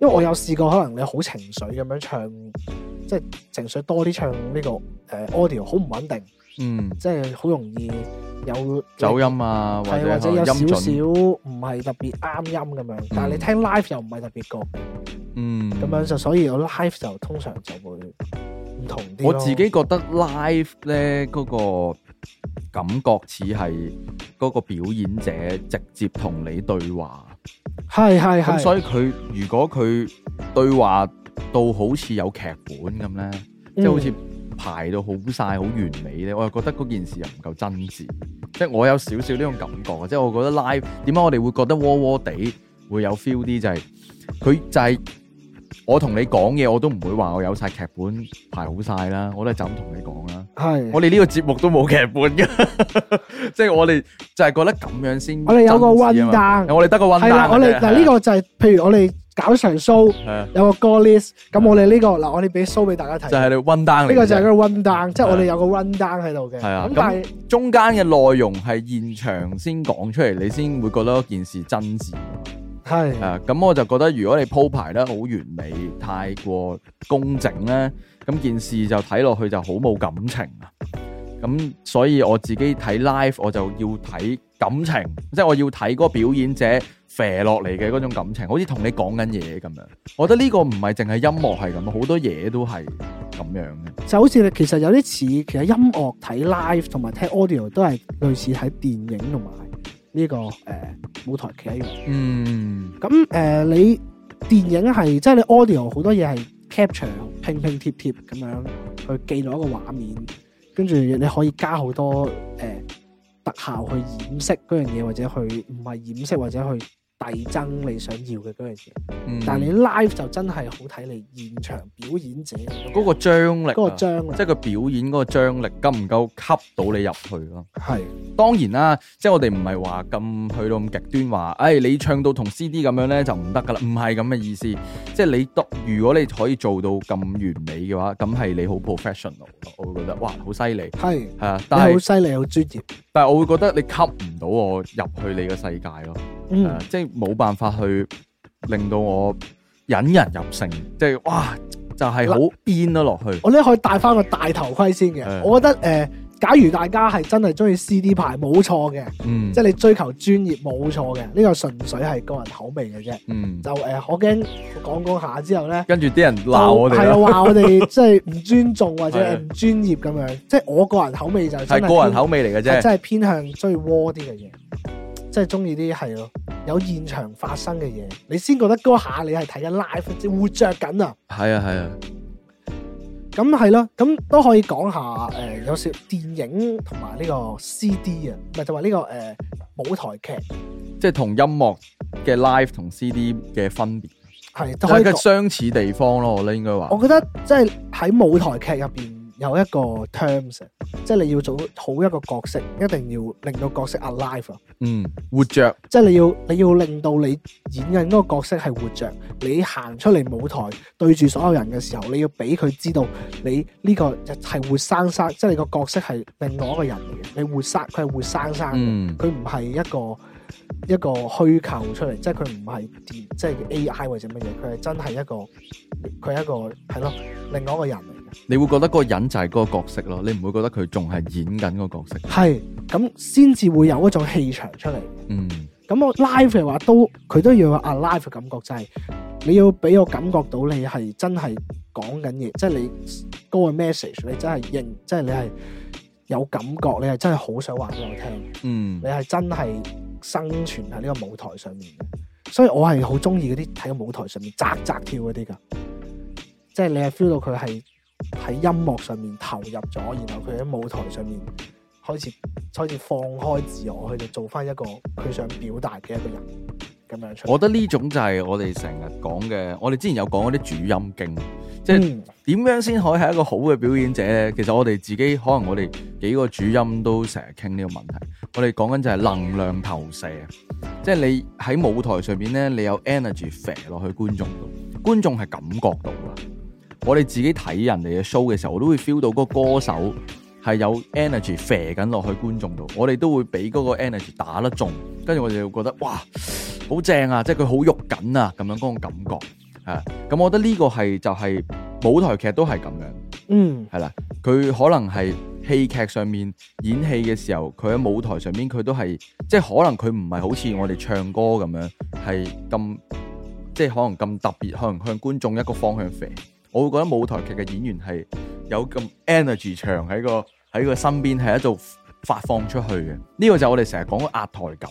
Speaker 1: 因為我有試過可能你好情緒咁樣唱，即係情緒多啲唱呢、個誒、呃 audio 好唔穩定。
Speaker 2: 嗯，
Speaker 1: 即係好容易有
Speaker 2: 走音啊，或
Speaker 1: 係
Speaker 2: 者可
Speaker 1: 或者
Speaker 2: 能
Speaker 1: 有少
Speaker 2: 音
Speaker 1: 少
Speaker 2: 準，
Speaker 1: 唔係特別啱音咁樣，但係你聽 live 又唔係特別覺
Speaker 2: 嗯，
Speaker 1: 咁樣就，所以我 live 就通常就會唔同啲咯
Speaker 2: 我自己覺得 live 咧嗰、個感覺似係嗰個表演者直接同你對話。
Speaker 1: 係係
Speaker 2: 咁
Speaker 1: 係，
Speaker 2: 所以佢如果佢對話到好似有劇本咁咧，即
Speaker 1: 嗯
Speaker 2: 係好似排到好晒、好完美咧，我又覺得嗰件事又唔夠真摯，即係我有少少呢種感覺啊！即係我覺得 live 點解我哋會覺得窩窩地會有 feel 啲，就係、佢就係、我同你講嘢，我都唔會話我有晒劇本排好晒啦，我都係就咁同你講啦。
Speaker 1: 係
Speaker 2: 我哋呢個節目都冇劇本嘅， <laughs> 即係我哋就係覺得咁樣先真摯啊嘛。
Speaker 1: 我哋有個 run down
Speaker 2: 我哋得啊個 run
Speaker 1: 係
Speaker 2: down 啊
Speaker 1: 啦，我哋嗱呢個就係譬如我哋搞場 show
Speaker 2: <laughs> 係啊
Speaker 1: 有個歌 list，咁我哋呢個嗱我哋俾 show 俾大家睇，
Speaker 2: 就係你 run down
Speaker 1: 呢
Speaker 2: 嚟
Speaker 1: 個
Speaker 2: 嘅
Speaker 1: 就係
Speaker 2: 啫。
Speaker 1: 個 run down，即係我哋有個 run down 喺度嘅，
Speaker 2: 係啊
Speaker 1: 咁但係
Speaker 2: 中間嘅內容係現場先講出嚟，你先會覺得件事真摯。係
Speaker 1: 係
Speaker 2: 啊，咁我就覺得如果你鋪排得好完美，太過工整咧，咁件事就睇落去就好冇感情啊。咁所以我自己睇 live 我就要睇感情，即係我要睇嗰個表演者射落嚟嘅嗰種感情，好似同你講緊嘢咁樣。我覺得呢個唔係淨係音樂係咁，好多嘢都係咁樣嘅。
Speaker 1: 就好似你其實有啲似，其實音樂睇 live 同埋聽 audio 都係類似睇電影同埋呢個誒、呃舞台劇一樣。
Speaker 2: 嗯。
Speaker 1: 咁誒、呃你電影係即係你 audio 好多嘢係 capture 拼拼貼貼咁樣去記錄一個畫面，跟住你可以加好多誒、呃特效去掩飾嗰樣嘢，或者去唔係掩飾或者去遞增你想要嘅嗰樣嘢。
Speaker 2: 嗯
Speaker 1: 但係你 live 就真係好睇你現場表演者
Speaker 2: 嗰個張力、啊，
Speaker 1: 嗰個張力
Speaker 2: 即係個表演嗰個張力夠唔夠吸到你入去咯？
Speaker 1: 係。
Speaker 2: 當然啦，即係我哋唔係話咁去到咁極端話，誒、哎你唱到同 CD 咁樣咧就唔得噶啦，唔係咁嘅意思。即係你當如果你可以做到咁完美嘅話，咁係你好 professional 咯，我會覺得哇好犀利
Speaker 1: 係
Speaker 2: 係啊！
Speaker 1: 你
Speaker 2: 但
Speaker 1: 好
Speaker 2: 係
Speaker 1: 犀利，好專業。
Speaker 2: 但係我會覺得你吸唔到我入去你嘅世界咯。
Speaker 1: 嗯
Speaker 2: 誒，即係冇辦法去令到我引人入勝，即係哇就係好癲咗落去。
Speaker 1: 我咧可以戴翻個大頭盔先嘅。
Speaker 2: 係
Speaker 1: 我覺得誒、呃假如大家係真係中意 CD 牌，冇錯嘅，
Speaker 2: 嗯，
Speaker 1: 即係你追求專業冇錯嘅，呢個純粹係個人口味嘅啫。
Speaker 2: 嗯，
Speaker 1: 就誒、呃我驚講講下之後咧，
Speaker 2: 跟住啲人鬧我哋
Speaker 1: 係
Speaker 2: 啦
Speaker 1: 啊，，話我
Speaker 2: <laughs>
Speaker 1: 哋即係唔尊重或者
Speaker 2: 係
Speaker 1: 係唔專業咁樣。即係我個人口味就真
Speaker 2: 係
Speaker 1: 係
Speaker 2: 個人口味嚟嘅
Speaker 1: 偏係
Speaker 2: 啫。
Speaker 1: 真係偏向中意窩啲嘅嘢，即係中意啲係咯有現場發生嘅嘢，你先覺得嗰下你係睇緊 live，即係活着緊啊！
Speaker 2: 係啊係啊，
Speaker 1: 咁咁係咯，咁都可以講下誒、呃有少電影同埋呢個 CD 啊，唔係就話呢、個誒、呃舞台劇
Speaker 2: 即係同音樂嘅 live 同 CD 嘅分別，
Speaker 1: 係
Speaker 2: 就
Speaker 1: 都可
Speaker 2: 係
Speaker 1: 以
Speaker 2: 個
Speaker 1: 講。
Speaker 2: 相似地方咯。我覺得應該話
Speaker 1: 我覺得即係喺舞台劇入邊有一個 terms，即啊係你要做好一個角色，一定要令到角色 alive 啊咯。
Speaker 2: 嗯活着，
Speaker 1: 即係你要你要令到你演緊嗰個角色係活着，你行出嚟舞台對住所有人嘅時候，你要俾佢知道你呢個係活生生，即係你個角色係另外一個人嚟嘅，你活生佢係活生生嘅，
Speaker 2: 嗯
Speaker 1: 佢唔係一個一個虛構出嚟，即係佢唔係電即係 AI 或者乜嘢，佢係真係一個佢係一個係咯另外一個人嚟嘅，
Speaker 2: 你會覺得嗰個人就係嗰個角色咯，你唔會覺得佢仲係演緊個角色。
Speaker 1: 係咁先至會有一種氣場出嚟。
Speaker 2: 嗯
Speaker 1: 咁我 live 嘅話都佢都要有 alive 嘅感覺，就係、你要俾我感覺到你係真係講緊嘢，即係你嗰個 message，你真係認，即係你係有感覺，你係真係好想話俾我聽，
Speaker 2: 嗯
Speaker 1: 你，係真係生存喺呢個舞台上面嘅。所以我係好中意嗰啲喺個舞台上面扎扎跳嗰啲㗎，即係你係 feel 到佢係喺音樂上面投入咗，然後佢喺舞台上面開始開始放開自我，佢就做翻一個佢想表達嘅一個人咁樣出嚟。
Speaker 2: 我覺得呢種就係我哋成日講嘅，我哋之前有講嗰啲主音經，即係
Speaker 1: 嗯
Speaker 2: 點樣先可以係一個好嘅表演者咧？其實我哋自己可能我哋幾個主音都成日傾呢個問題。我哋講緊就係能量投射，啊即係你喺舞台上邊咧，你有 energy 射落去觀眾度，觀眾係感覺到噶。我哋自己睇人哋嘅 show 嘅時候，我都會 feel 到嗰個歌手係有 energy 射緊落去觀眾度，我哋都會俾嗰個 energy 打得中，跟住我哋會覺得哇好正啊！即係佢好喐緊啊，咁樣嗰種感覺啊。咁我覺得呢個係就係、舞台劇都係咁樣。
Speaker 1: 嗯
Speaker 2: 係啦，佢可能係戲劇上面演戲嘅時候，佢喺舞台上面佢都係，即係可能佢唔係好似我哋唱歌咁樣，係咁即係可能咁特別，可能向觀眾一個方向飛。我會覺得舞台劇嘅演員係有咁 energy 場喺個喺個身邊係一度發放出去嘅。呢、個就係我哋成日講嘅壓台感。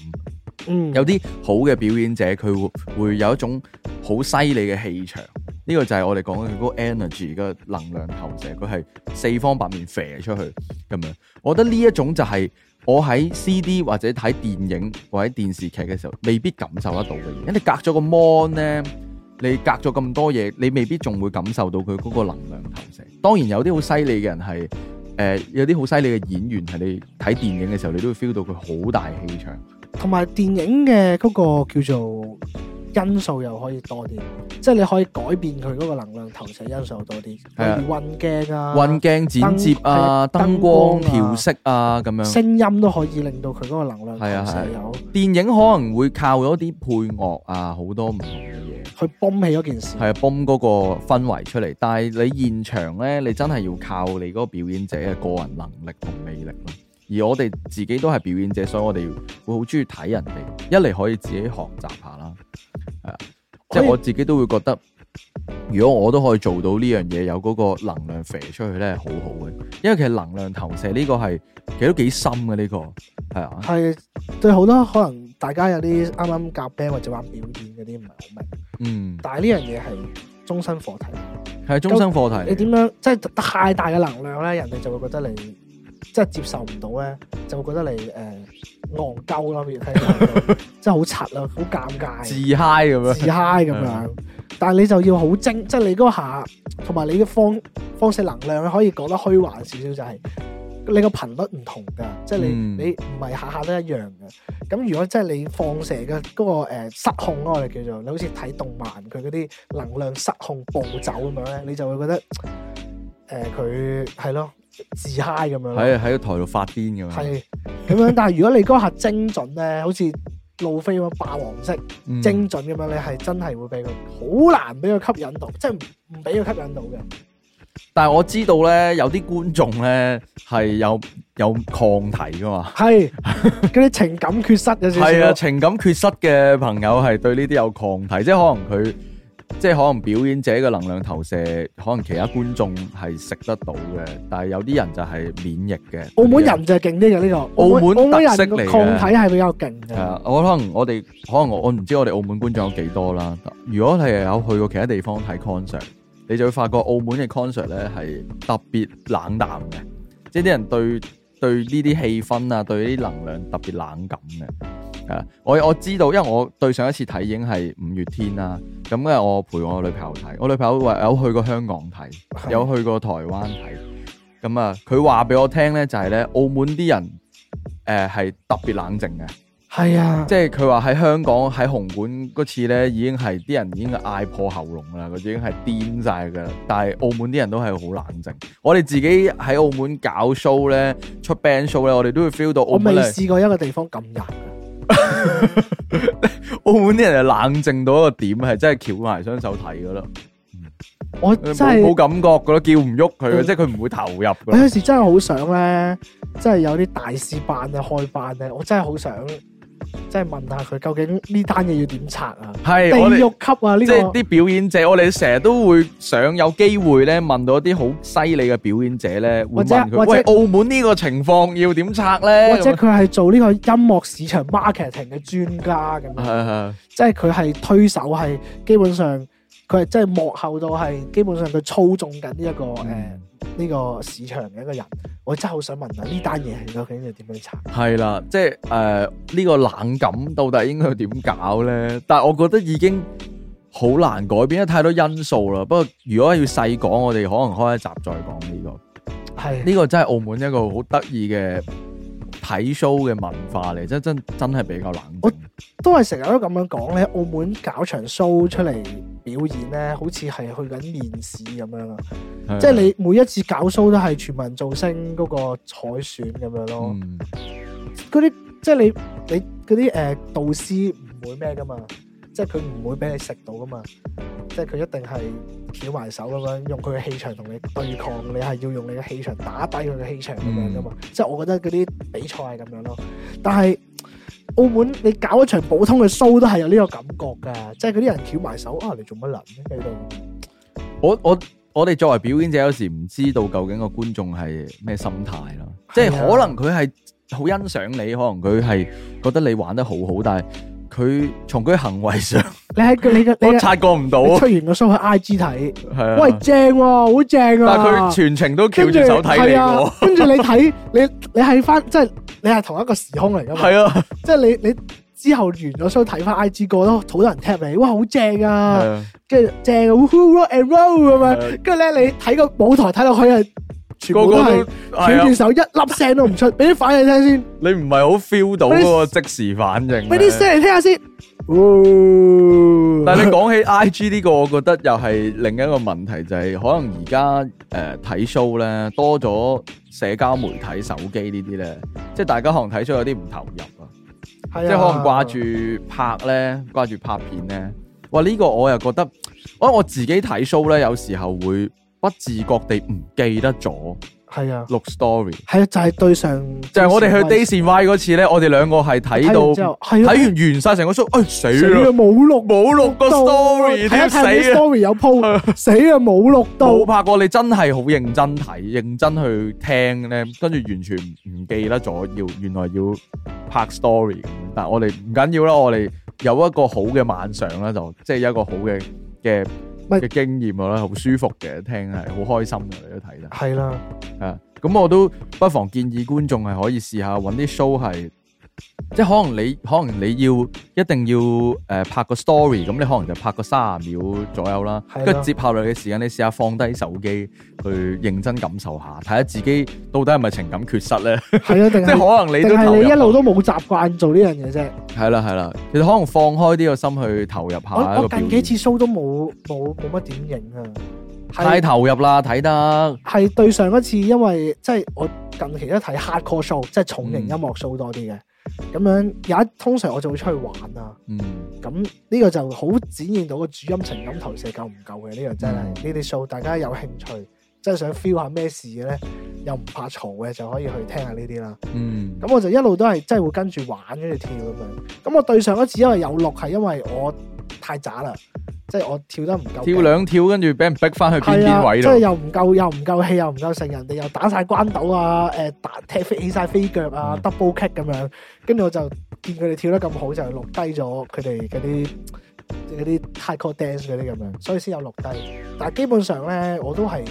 Speaker 1: 嗯，
Speaker 2: 有啲好嘅表演者，佢會會有一種好犀利嘅氣場。呢、個就係我哋講嘅佢嗰個 energy 嘅能量投射，佢係四方八面射出去咁樣。我覺得呢一種就係我喺 CD 或者睇電影或者電視劇嘅時候，未必感受得到嘅嘢，因為你隔咗個 mon 咧。你隔咗咁多嘢，你未必仲會感受到佢嗰個能量投射。當然有啲好犀利嘅人係，誒、有啲好犀利嘅演員係你睇電影嘅時候，你都會 feel 到佢好大氣場。
Speaker 1: 同埋電影嘅嗰個叫做因素又可以多啲，即係你可以改變佢嗰個能量投射因素多啲，例
Speaker 2: 係
Speaker 1: 如
Speaker 2: 啊
Speaker 1: 運鏡啊、
Speaker 2: 運鏡剪接啊、
Speaker 1: 燈係啊
Speaker 2: 燈光
Speaker 1: 燈光啊
Speaker 2: 調色啊咁樣。
Speaker 1: 聲音都可以令到佢嗰個能量
Speaker 2: 係啊
Speaker 1: 投
Speaker 2: 係啊
Speaker 1: 射有
Speaker 2: 電影可能會靠咗啲配樂啊，好多唔同嘅嘢，
Speaker 1: 去泵起嗰件事。
Speaker 2: 係啊，泵嗰個氛圍出嚟。但係你現場呢，你真係要靠你嗰個表演者嘅個人能力同魅力咯。而我哋自己都係表演者，所以我哋會好中意睇人哋，一嚟可以自己學習下啦，係啊，即
Speaker 1: 可
Speaker 2: 係
Speaker 1: 以
Speaker 2: 我自己都會覺得，如果我都可以做到呢樣嘢，有嗰個能量射出去呢，好好嘅，因為其實能量投射呢個係其實都幾深嘅呢、個，係啊，
Speaker 1: 係對好多可能大家有啲啱啱夾 band 或者玩表演嗰啲唔係好明，
Speaker 2: 嗯，
Speaker 1: 但係呢樣嘢係終身課題。
Speaker 2: 係終生課題
Speaker 1: 你
Speaker 2: 嚟嘅，
Speaker 1: 點樣即係太大嘅能量咧，人哋就會覺得你即係接受唔到咧，就會覺得你誒戇鳩啦，譬
Speaker 2: <laughs>
Speaker 1: 如睇即係好柒啦，好尷尬，啊
Speaker 2: 自嗨咁樣，啊
Speaker 1: 自嗨咁樣。但係你就要好精，即係你嗰下同埋你嘅方方式能量咧，可以講得虛幻少少就係、你個頻率唔同㗎，即係你、
Speaker 2: 嗯
Speaker 1: 你唔係下下都一樣嘅。咁如果即係你放射嘅嗰、個、呃、失控咯，我哋叫做你好似睇動漫佢嗰啲能量失控暴走咁樣咧，你就會覺得誒佢係咯自嗨咁樣咯。
Speaker 2: 喺喺個台度發癲咁樣，
Speaker 1: 係咁樣，但係如果你嗰下精準咧，好似路飛咁樣霸王式。
Speaker 2: 嗯
Speaker 1: 精準咁樣，你係真係會俾佢好難俾佢吸引到，即係唔唔俾佢吸引到嘅。
Speaker 2: 但係我知道咧，有啲觀眾咧係有有抗體噶嘛，
Speaker 1: 係嗰啲情感缺失有少
Speaker 2: 係啊，
Speaker 1: 少。
Speaker 2: 情感缺失嘅朋友係對呢啲有抗體，即係可能佢即係可能表演者嘅能量投射，可能其他觀眾係食得到嘅，但係有啲人就係免疫嘅。
Speaker 1: 澳門人就係勁啲嘅呢個，
Speaker 2: 澳門
Speaker 1: 澳門人
Speaker 2: 特色嚟
Speaker 1: 嘅
Speaker 2: 嘅
Speaker 1: 抗體係比較勁
Speaker 2: 係
Speaker 1: 嘅。
Speaker 2: 啊，我可能我哋可能我我唔知我哋澳門觀眾有幾多啦。如果係有去過其他地方睇 concert，你就會發覺澳門嘅 concert 咧係特別冷淡嘅，即係啲人對對呢啲氣氛啊，對呢啲能量特別冷感嘅。啊！我我知道，因為我對上一次睇已經係五月天啦，咁因為我陪我女朋友睇，我女朋友話有去過香港睇，有去過台灣睇，咁啊，佢話俾我聽咧就係咧，澳門啲人誒係、特別冷靜嘅。
Speaker 1: 係啊，
Speaker 2: 即係佢話喺香港喺紅館嗰次咧，已經係啲人已經嗌破喉嚨啦，佢已經係癲晒噶啦。但係澳門啲人都係好冷靜。我哋自己喺澳門搞 show 咧，出 band show 咧，我哋都會 feel 到
Speaker 1: 我
Speaker 2: 澳
Speaker 1: 未
Speaker 2: 門咧，
Speaker 1: 試過一個地方咁人。
Speaker 2: <laughs> 澳門啲人係冷靜到一個點，係真係翹埋雙手睇噶啦，
Speaker 1: 我
Speaker 2: 冇
Speaker 1: 真
Speaker 2: 冇
Speaker 1: 係，
Speaker 2: 感覺噶啦，叫唔喐佢嘅，
Speaker 1: 嗯
Speaker 2: 即係佢唔會投入
Speaker 1: 我
Speaker 2: 噶
Speaker 1: <laughs> 有
Speaker 2: 啦。
Speaker 1: 時真係好想咧，真係有啲大師班啊、開班咧，我真係好想，即係問下佢究竟呢單嘢要點拆啊？地
Speaker 2: 係我哋。
Speaker 1: 獄級啊！呢
Speaker 2: 即係
Speaker 1: 個
Speaker 2: 啲表演者，我哋成日都會想有機會咧問到一啲好犀利嘅表演者咧，會
Speaker 1: 或者
Speaker 2: 問佢：
Speaker 1: 或者
Speaker 2: 喂，澳門呢個情況要點拆咧？
Speaker 1: 或者佢係做呢個音樂市場 marketing 嘅專家咁樣。
Speaker 2: 係
Speaker 1: 即係佢係推手，係基本上佢係真係幕後到係基本上佢操縱緊呢一個誒
Speaker 2: 嗯
Speaker 1: 呢、個市場嘅一個人。我真係好想問下呢單嘢係究竟要點樣查？
Speaker 2: 係啦，即係誒呢個冷感到底應該點搞咧？但係我覺得已經好難改變，因為太多因素啦。不過如果要細講，我哋可能開一集再講呢、個。
Speaker 1: 係
Speaker 2: 呢、個真係澳門一個好得意嘅睇 show 嘅文化嚟，真真真係比較冷靜
Speaker 1: 我。都係成日都咁樣講咧。澳門搞場 show 出嚟表演咧，好似係去緊面試咁樣啊！
Speaker 2: 係啊
Speaker 1: 即係你每一次搞 show 都係全民造星嗰個海選咁樣咯。
Speaker 2: 嗯
Speaker 1: 嗰啲即係你你嗰啲誒導師唔會咩噶嘛，即係佢唔會俾你食到噶嘛，即係佢一定係翹埋手咁樣，用佢嘅氣場同你對抗，你係要用你嘅氣場打低佢嘅氣場咁樣噶嘛。
Speaker 2: 嗯
Speaker 1: 即係我覺得嗰啲比賽係咁樣咯，但係。澳門你搞一場普通嘅 show 都係有呢個感覺㗎，即係嗰啲人翹埋手啊，你做乜撚咧喺度？
Speaker 2: 我我我哋作為表演者，有時唔知道究竟個觀眾係咩心態啦，即係
Speaker 1: 係啊
Speaker 2: 可能佢係好欣賞你，可能佢係覺得你玩得好好，但係佢從佢行為上，
Speaker 1: 你喺佢你嘅你
Speaker 2: 我
Speaker 1: 嘅
Speaker 2: 察覺唔到，
Speaker 1: 你出完個 show 喺 IG 睇，
Speaker 2: 係
Speaker 1: 喂
Speaker 2: 啊，
Speaker 1: 正喎、好正啊！
Speaker 2: 但係佢全程都翹住手睇你
Speaker 1: 係啊
Speaker 2: 喎，，
Speaker 1: à, <laughs> 跟住你睇你你係翻即係你係同一個時空嚟噶嘛，
Speaker 2: 係啊，
Speaker 1: 即係你你之後完咗 show 睇翻 I G 個都好多人 tap 你，哇好正啊，
Speaker 2: 係啊
Speaker 1: 跟住正啊，woo rock and roll 咁樣，
Speaker 2: 係啊
Speaker 1: 跟住咧你睇個舞台睇落去係全
Speaker 2: 個
Speaker 1: 部都
Speaker 2: 個
Speaker 1: 係
Speaker 2: 都
Speaker 1: 翹住
Speaker 2: 係啊，
Speaker 1: 手一粒聲都唔出，俾啲反應聽先，
Speaker 2: 你唔係好 feel 到
Speaker 1: 俾啲
Speaker 2: 嗰個即時反應嘅。
Speaker 1: 俾啲聲嚟聽下先，
Speaker 2: 但係你講起 I G 呢個，我覺得又係另一個問題，就係、可能而家誒睇 show 咧多咗社交媒體、手機呢啲咧，即係大家可能睇 show 有啲唔投入啊，
Speaker 1: 係
Speaker 2: 即
Speaker 1: 啊
Speaker 2: 係可能掛住拍咧，掛住拍片咧。哇！呢、個我又覺得，啊我我自己睇 show 咧，有時候會不自覺地唔記得咗
Speaker 1: 係啊
Speaker 2: 錄 story。
Speaker 1: 係啊就係對上
Speaker 2: 就係我哋去 Days in Y 嗰次咧，我哋兩個係睇
Speaker 1: 睇完之
Speaker 2: 到
Speaker 1: 後係
Speaker 2: 睇
Speaker 1: 啊
Speaker 2: 完完晒成個 show，哎死
Speaker 1: 死
Speaker 2: 啦
Speaker 1: 啊！冇錄。
Speaker 2: 冇錄個 story，
Speaker 1: 睇
Speaker 2: 點
Speaker 1: 一
Speaker 2: 死
Speaker 1: 睇啲
Speaker 2: 啊！
Speaker 1: story 有 <laughs> po，死啊冇錄到，
Speaker 2: 冇拍過，你真係好認真睇、認真去聽咧，跟住完全唔記得咗要原來要拍 story 咁樣。但係我哋唔緊要啦，我哋有一個好嘅晚上啦，就即係有一個好嘅嘅
Speaker 1: 咪
Speaker 2: 嘅經驗啦，好舒服嘅聽係好開心嘅，你都睇得
Speaker 1: 係啦，
Speaker 2: 啊。咁我都不妨建議觀眾係可以試下揾啲 show 係。即係可能你可能你要一定要誒、呃拍個 story，咁你可能就拍個三十秒左右啦。
Speaker 1: 係啦
Speaker 2: 跟住接下來嘅時間，你試下放低手機，去認真感受下，睇下自己到底係咪情感缺失咧？
Speaker 1: 係啊，定 <laughs>
Speaker 2: 即係
Speaker 1: 係
Speaker 2: 可能你
Speaker 1: 定
Speaker 2: 都投
Speaker 1: 係
Speaker 2: 入
Speaker 1: 你一
Speaker 2: 到
Speaker 1: 路都啊冇習慣做呢樣嘢啫。
Speaker 2: 係啦係啦，其實可能放開呢個心去投入下
Speaker 1: 我
Speaker 2: 一
Speaker 1: 我
Speaker 2: 個表
Speaker 1: 近幾
Speaker 2: 演，
Speaker 1: 次 show 都冇冇冇乜點影啊，
Speaker 2: 太
Speaker 1: 係
Speaker 2: 投入啦，睇得
Speaker 1: 係對上一次，因為即係我近期都睇 hardcore show，即係重型音樂 show 多啲嘅。咁樣有一通常我就會出去玩啊，
Speaker 2: 嗯
Speaker 1: 咁呢個就好展現到個主音情感投射夠唔夠嘅呢樣真係
Speaker 2: 嗯
Speaker 1: 呢啲 show，大家有興趣，即係想 feel 下咩事嘅咧，又唔怕嘈嘅就可以去聽下呢啲啦。
Speaker 2: 嗯
Speaker 1: 咁我就一路都係真係會跟住玩，跟住跳咁樣。咁我對上一次因為有錄係因為我太渣啦，即係我跳得唔夠勁。
Speaker 2: 跳兩跳，跟住俾人逼翻去邊
Speaker 1: 係
Speaker 2: 邊
Speaker 1: 啊，
Speaker 2: 位
Speaker 1: 即係
Speaker 2: 度，
Speaker 1: 又唔夠又唔夠氣又唔夠成，人哋又打晒關斗啊，誒、打踢飛起晒飛腳啊
Speaker 2: 嗯
Speaker 1: ，double kick 咁樣。跟住我就見佢哋跳得咁好，就錄低咗佢哋嗰啲嗰啲 hardcore dance 嗰啲咁樣，所以先有錄低。但係基本上咧，我都係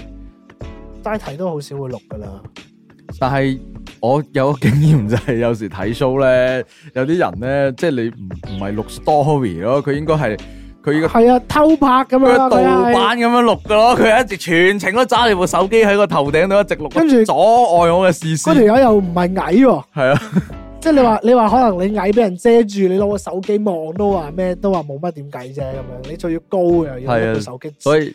Speaker 1: 齋睇都好少會錄噶啦。
Speaker 2: 但係我有個經驗就係有時睇 show 咧，有啲人咧，即係你唔唔係錄 story 咯，佢應該係佢個
Speaker 1: 係啊，偷拍咁樣
Speaker 2: 佢
Speaker 1: 啦，
Speaker 2: 個
Speaker 1: 佢
Speaker 2: 盜
Speaker 1: 係
Speaker 2: 版咁樣錄噶咯，佢一直全程都揸住部手機喺個頭頂度一直錄，
Speaker 1: 跟住
Speaker 2: 阻礙我嘅視
Speaker 1: 嗰
Speaker 2: 線。
Speaker 1: 條友又唔係矮喎。
Speaker 2: 係啊，
Speaker 1: 即係你話你話可能你矮俾人遮住，你攞個手機望都話咩都話冇乜點計啫咁樣，你仲要高又要
Speaker 2: 係
Speaker 1: 攞
Speaker 2: 啊
Speaker 1: 個手機，
Speaker 2: 所以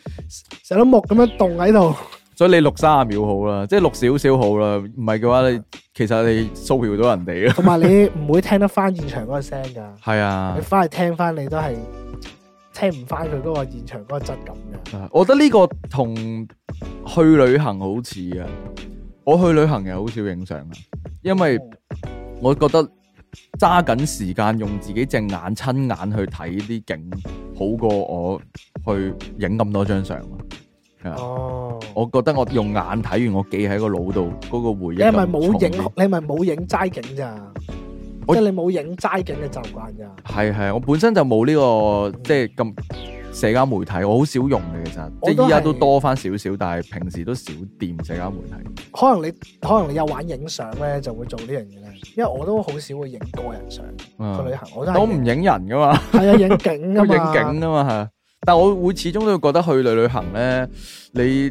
Speaker 1: 成粒木咁樣凍喺度，
Speaker 2: 所以你錄三十秒好啦，即係錄少少好啦，唔係嘅話你其實你騷擾到人哋啊。
Speaker 1: 同埋你唔會聽得翻現場嗰個聲㗎，
Speaker 2: 係啊
Speaker 1: 你。翻去聽翻你都係聽唔翻佢嗰個現場嗰個質感嘅。
Speaker 2: 我覺得呢個同去旅行好似嘅，我去旅行又好少影相嘅，因為我覺得揸緊時間用自己隻眼親眼去睇啲景，好過我去影咁多張相咯。係啊
Speaker 1: 哦，
Speaker 2: 我覺得我用眼睇完，我記喺個腦度嗰個回憶。
Speaker 1: 你係咪冇影？？你係咪冇影齋景咋？
Speaker 2: 我
Speaker 1: 即係你冇影齋景嘅習慣咋？
Speaker 2: 係係，我本身就冇呢、個即係咁社交媒體，我好少用嘅其實，
Speaker 1: 我
Speaker 2: 即
Speaker 1: 都
Speaker 2: 係依家
Speaker 1: 係
Speaker 2: 都多翻少少，但係平時都少掂社交媒體。
Speaker 1: 可能你可能你有玩影相咧，就會做呢樣嘢咧。因為我都好少會影個人相
Speaker 2: 嗯
Speaker 1: 去旅行，我都係
Speaker 2: 我唔影人噶嘛，
Speaker 1: 係啊，影景
Speaker 2: 我 <laughs>
Speaker 1: 啊
Speaker 2: 影
Speaker 1: 嘛，
Speaker 2: 景噶嘛係。但我會始終都會覺得去旅旅行咧，你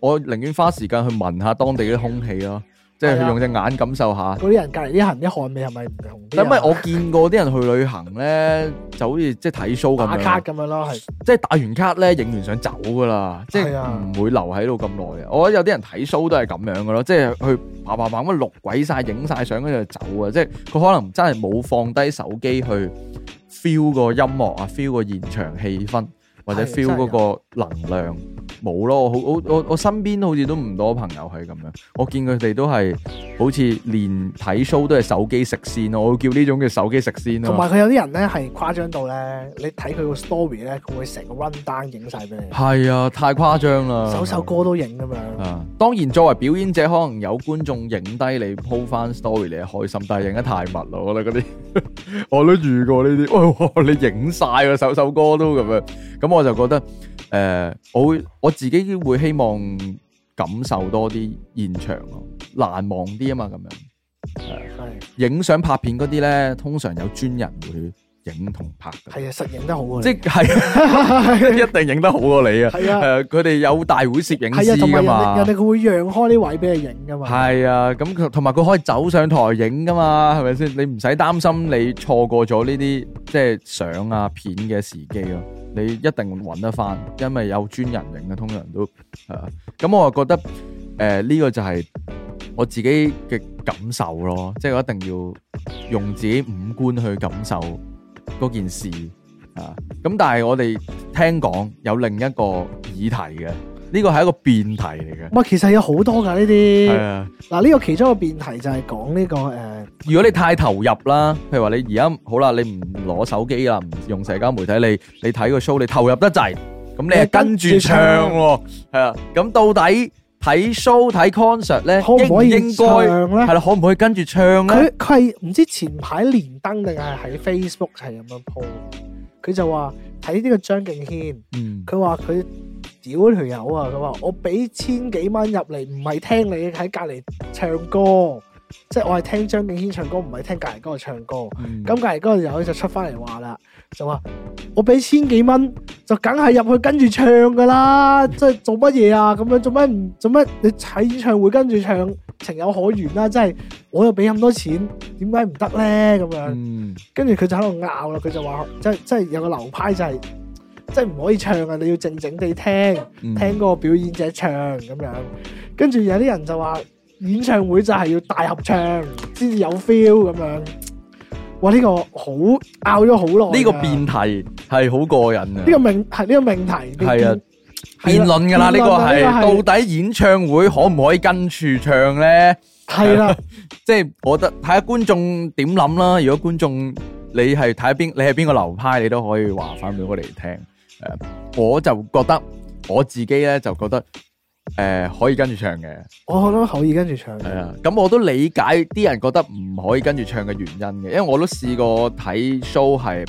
Speaker 2: 我寧願花時間去聞下當地啲空氣咯，即係
Speaker 1: 係啊哎
Speaker 2: 用隻眼感受下。
Speaker 1: 嗰啲人隔離啲行啲汗味係咪唔同啲啊？
Speaker 2: 但因為我見過啲人去旅行咧，就好似即係睇 show
Speaker 1: 打
Speaker 2: 咁
Speaker 1: 卡
Speaker 2: 樣，
Speaker 1: 咁樣咯，係
Speaker 2: 即係啊打完卡咧，影完相走噶啦，即係
Speaker 1: 係啊
Speaker 2: 唔會留喺度咁耐嘅。啊我覺得有啲人睇 show 都係咁樣噶咯，即係去啪啪啪咁錄鬼晒、影晒相跟住就走啊！即係佢可能真係冇放低手機去 feel 個音樂啊，feel 個現場氣氛或者
Speaker 1: 係真
Speaker 2: feel
Speaker 1: 係
Speaker 2: 嗰
Speaker 1: 有
Speaker 2: 個能量冇咯。我好我我我身邊好似都唔多朋友係咁樣，我見佢哋都係好似連睇 show 都係手機食先咯。我會叫呢種叫手機食啊先
Speaker 1: 同
Speaker 2: 咯。
Speaker 1: 埋佢有啲人咧係誇張到咧，你睇佢個 story 咧，佢會成個 run down 影晒俾你，
Speaker 2: 係啊，太誇張啦！
Speaker 1: 首首歌都影咁樣。
Speaker 2: 啊，當然作為表演者，可能有觀眾影低你 po 翻 story，你係開心，但係影得太密咯，我覺得嗰啲 <laughs> 我都遇過呢啲， <laughs> 哇、哇你影晒啊，首首歌都咁樣，咁我就覺得誒、呃我會我自己會希望感受多啲現場咯，難忘啲啊嘛，咁樣
Speaker 1: 係啊
Speaker 2: 影相拍片嗰啲咧，通常有專人會影同拍嘅，
Speaker 1: 係啊，實影得好啊！
Speaker 2: 即係 <laughs>
Speaker 1: 係
Speaker 2: 一定影得好過你啊！
Speaker 1: 係啊，
Speaker 2: 誒，佢哋有大會攝影
Speaker 1: 係啊，同
Speaker 2: 師
Speaker 1: 埋
Speaker 2: 噶
Speaker 1: 人
Speaker 2: 嘛
Speaker 1: 哋。人哋佢會讓開啲位俾你影噶嘛。
Speaker 2: 係啊，咁佢同埋佢可以走上台影噶嘛，係咪先？你唔使擔心你錯過咗呢啲即係相啊片嘅時機咯，你一定揾得翻，因為有專人影嘅，通常都係啊。咁我就覺得誒呃呢、個就係我自己嘅感受咯，即係我一定要用自己五官去感受嗰件事啊。咁但係我哋聽講有另一個議題嘅，呢個係一個辯題嚟嘅，
Speaker 1: 唔係，其實有好多㗎呢
Speaker 2: 係
Speaker 1: 啲。
Speaker 2: 啊。
Speaker 1: 嗱，呢個其中一個辯題就係講呢個誒，
Speaker 2: 如果你太投入啦，譬如話你而家好啦，你唔攞手機啦，唔用社交媒體，你你睇個 show，你投入得滯，咁你係跟住唱喎，係啊，咁到底睇 show 睇 concert 咧，
Speaker 1: 可唔可以
Speaker 2: 應唔應該
Speaker 1: 唱咧
Speaker 2: 係啦，可唔可以跟住唱咧？
Speaker 1: 佢佢係唔知前排連登定係喺 Facebook 係咁樣 po，佢就話睇呢個張敬軒。
Speaker 2: 嗯，
Speaker 1: 佢話佢屌條友啊！佢話我俾千幾蚊入嚟，唔係聽你喺隔離唱歌，即係我係聽張敬軒唱歌，唔係聽隔離嗰個唱歌。
Speaker 2: 咁
Speaker 1: 咁隔離嗰個友就出翻嚟話啦，就話我俾千幾蚊就梗係入去跟住唱噶啦，即係做乜嘢啊？咁樣做乜唔做乜？你睇演唱會跟住唱情有可原啦、即係我又俾咁多錢，點解唔得咧？咁樣。
Speaker 2: 嗯，
Speaker 1: 跟住佢就喺度拗啦，佢就話即係即係有個流派就係、即係唔可以唱啊，你要靜靜地聽，
Speaker 2: 嗯
Speaker 1: 聽嗰個表演者唱咁樣。跟住有啲人就話演唱會就係要大合唱先至有 feel 咁樣。哇！呢、個好拗咗好耐㗎。啊
Speaker 2: 呢個辯題係好過癮
Speaker 1: 呢個
Speaker 2: 啊！
Speaker 1: 命係呢個命題。你
Speaker 2: 係啊
Speaker 1: 辯，
Speaker 2: 辯論㗎啦，呢個
Speaker 1: 辯論啊呢個
Speaker 2: 係
Speaker 1: 係
Speaker 2: 到底演唱會可唔可以跟住唱咧？
Speaker 1: 係啦，
Speaker 2: 即係我覺得睇下觀眾點諗啦。如果觀眾你係睇下邊，你係邊個流派，你都可以話翻俾我哋聽。誒、我就覺得我自己咧就覺得誒、可以跟住唱嘅，
Speaker 1: 我覺得可以跟住唱。
Speaker 2: 係啊。咁我都理解啲人覺得唔可以跟住唱嘅原因嘅，因為我都試過睇 show 係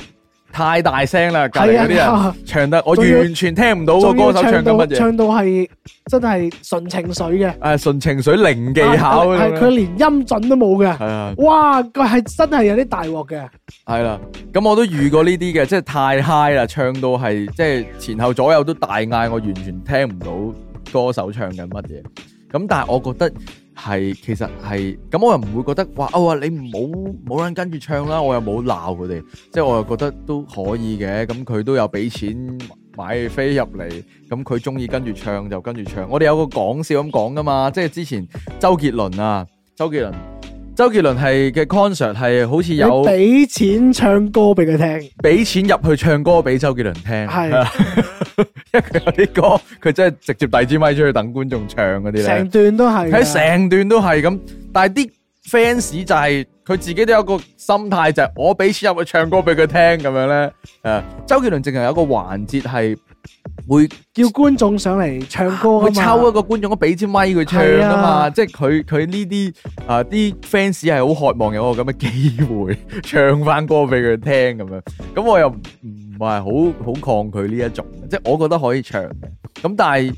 Speaker 2: 太大聲啦，隔離嗰啲
Speaker 1: 係
Speaker 2: 人
Speaker 1: 啊，
Speaker 2: 唱得我
Speaker 1: 仲要
Speaker 2: 完全聽唔到個
Speaker 1: 仲
Speaker 2: 歌
Speaker 1: 要
Speaker 2: 手唱緊
Speaker 1: 唱到
Speaker 2: 乜嘢，
Speaker 1: 唱到係真係純情緒嘅
Speaker 2: 誒純情緒零技巧咁
Speaker 1: 係
Speaker 2: 樣
Speaker 1: 佢連音準都冇嘅。
Speaker 2: 係啊，
Speaker 1: 哇！佢係真係有啲大鑊嘅，
Speaker 2: 係啦，咁我都遇過呢啲嘅，即係太 high 啦，唱到係即係前後左右都大嗌，我完全聽唔到歌手唱緊乜嘢。咁但係我覺得係其實係咁，我又唔會覺得話哦，你唔好冇撚跟住唱啦，我又冇鬧佢哋，即係我又覺得都可以嘅。咁佢都有俾錢買飛入嚟，咁佢中意跟住唱就跟住唱。我哋有個講笑咁講噶嘛，即係之前周杰倫啊，周杰倫。周杰倫係嘅 concert 係好似有
Speaker 1: 你俾錢唱歌俾佢聽，
Speaker 2: 俾錢入去唱歌俾周杰倫聽，
Speaker 1: 係
Speaker 2: 因為佢有啲歌，佢真係直接遞支咪出去等觀眾唱嗰啲 <laughs> 咧
Speaker 1: 成，段都係㗎。
Speaker 2: 喺成段都係咁。但係啲 fans 就係、佢自己都有個心態，就係、我俾錢入去唱歌俾佢聽咁樣咧。誒，周杰倫淨係有一個環節係會
Speaker 1: 叫觀眾上嚟唱歌㗎嘛
Speaker 2: 佢抽一啊個觀眾，我俾支咪佢唱噶嘛，
Speaker 1: 哦啊係啊
Speaker 2: 即係佢佢呢啲啊啲 fans 係好渴望有個咁嘅機會 <laughs> 唱翻歌俾佢聽咁樣，咁我又唔唔係好好抗拒呢一種，即係我覺得可以唱嘅，咁但係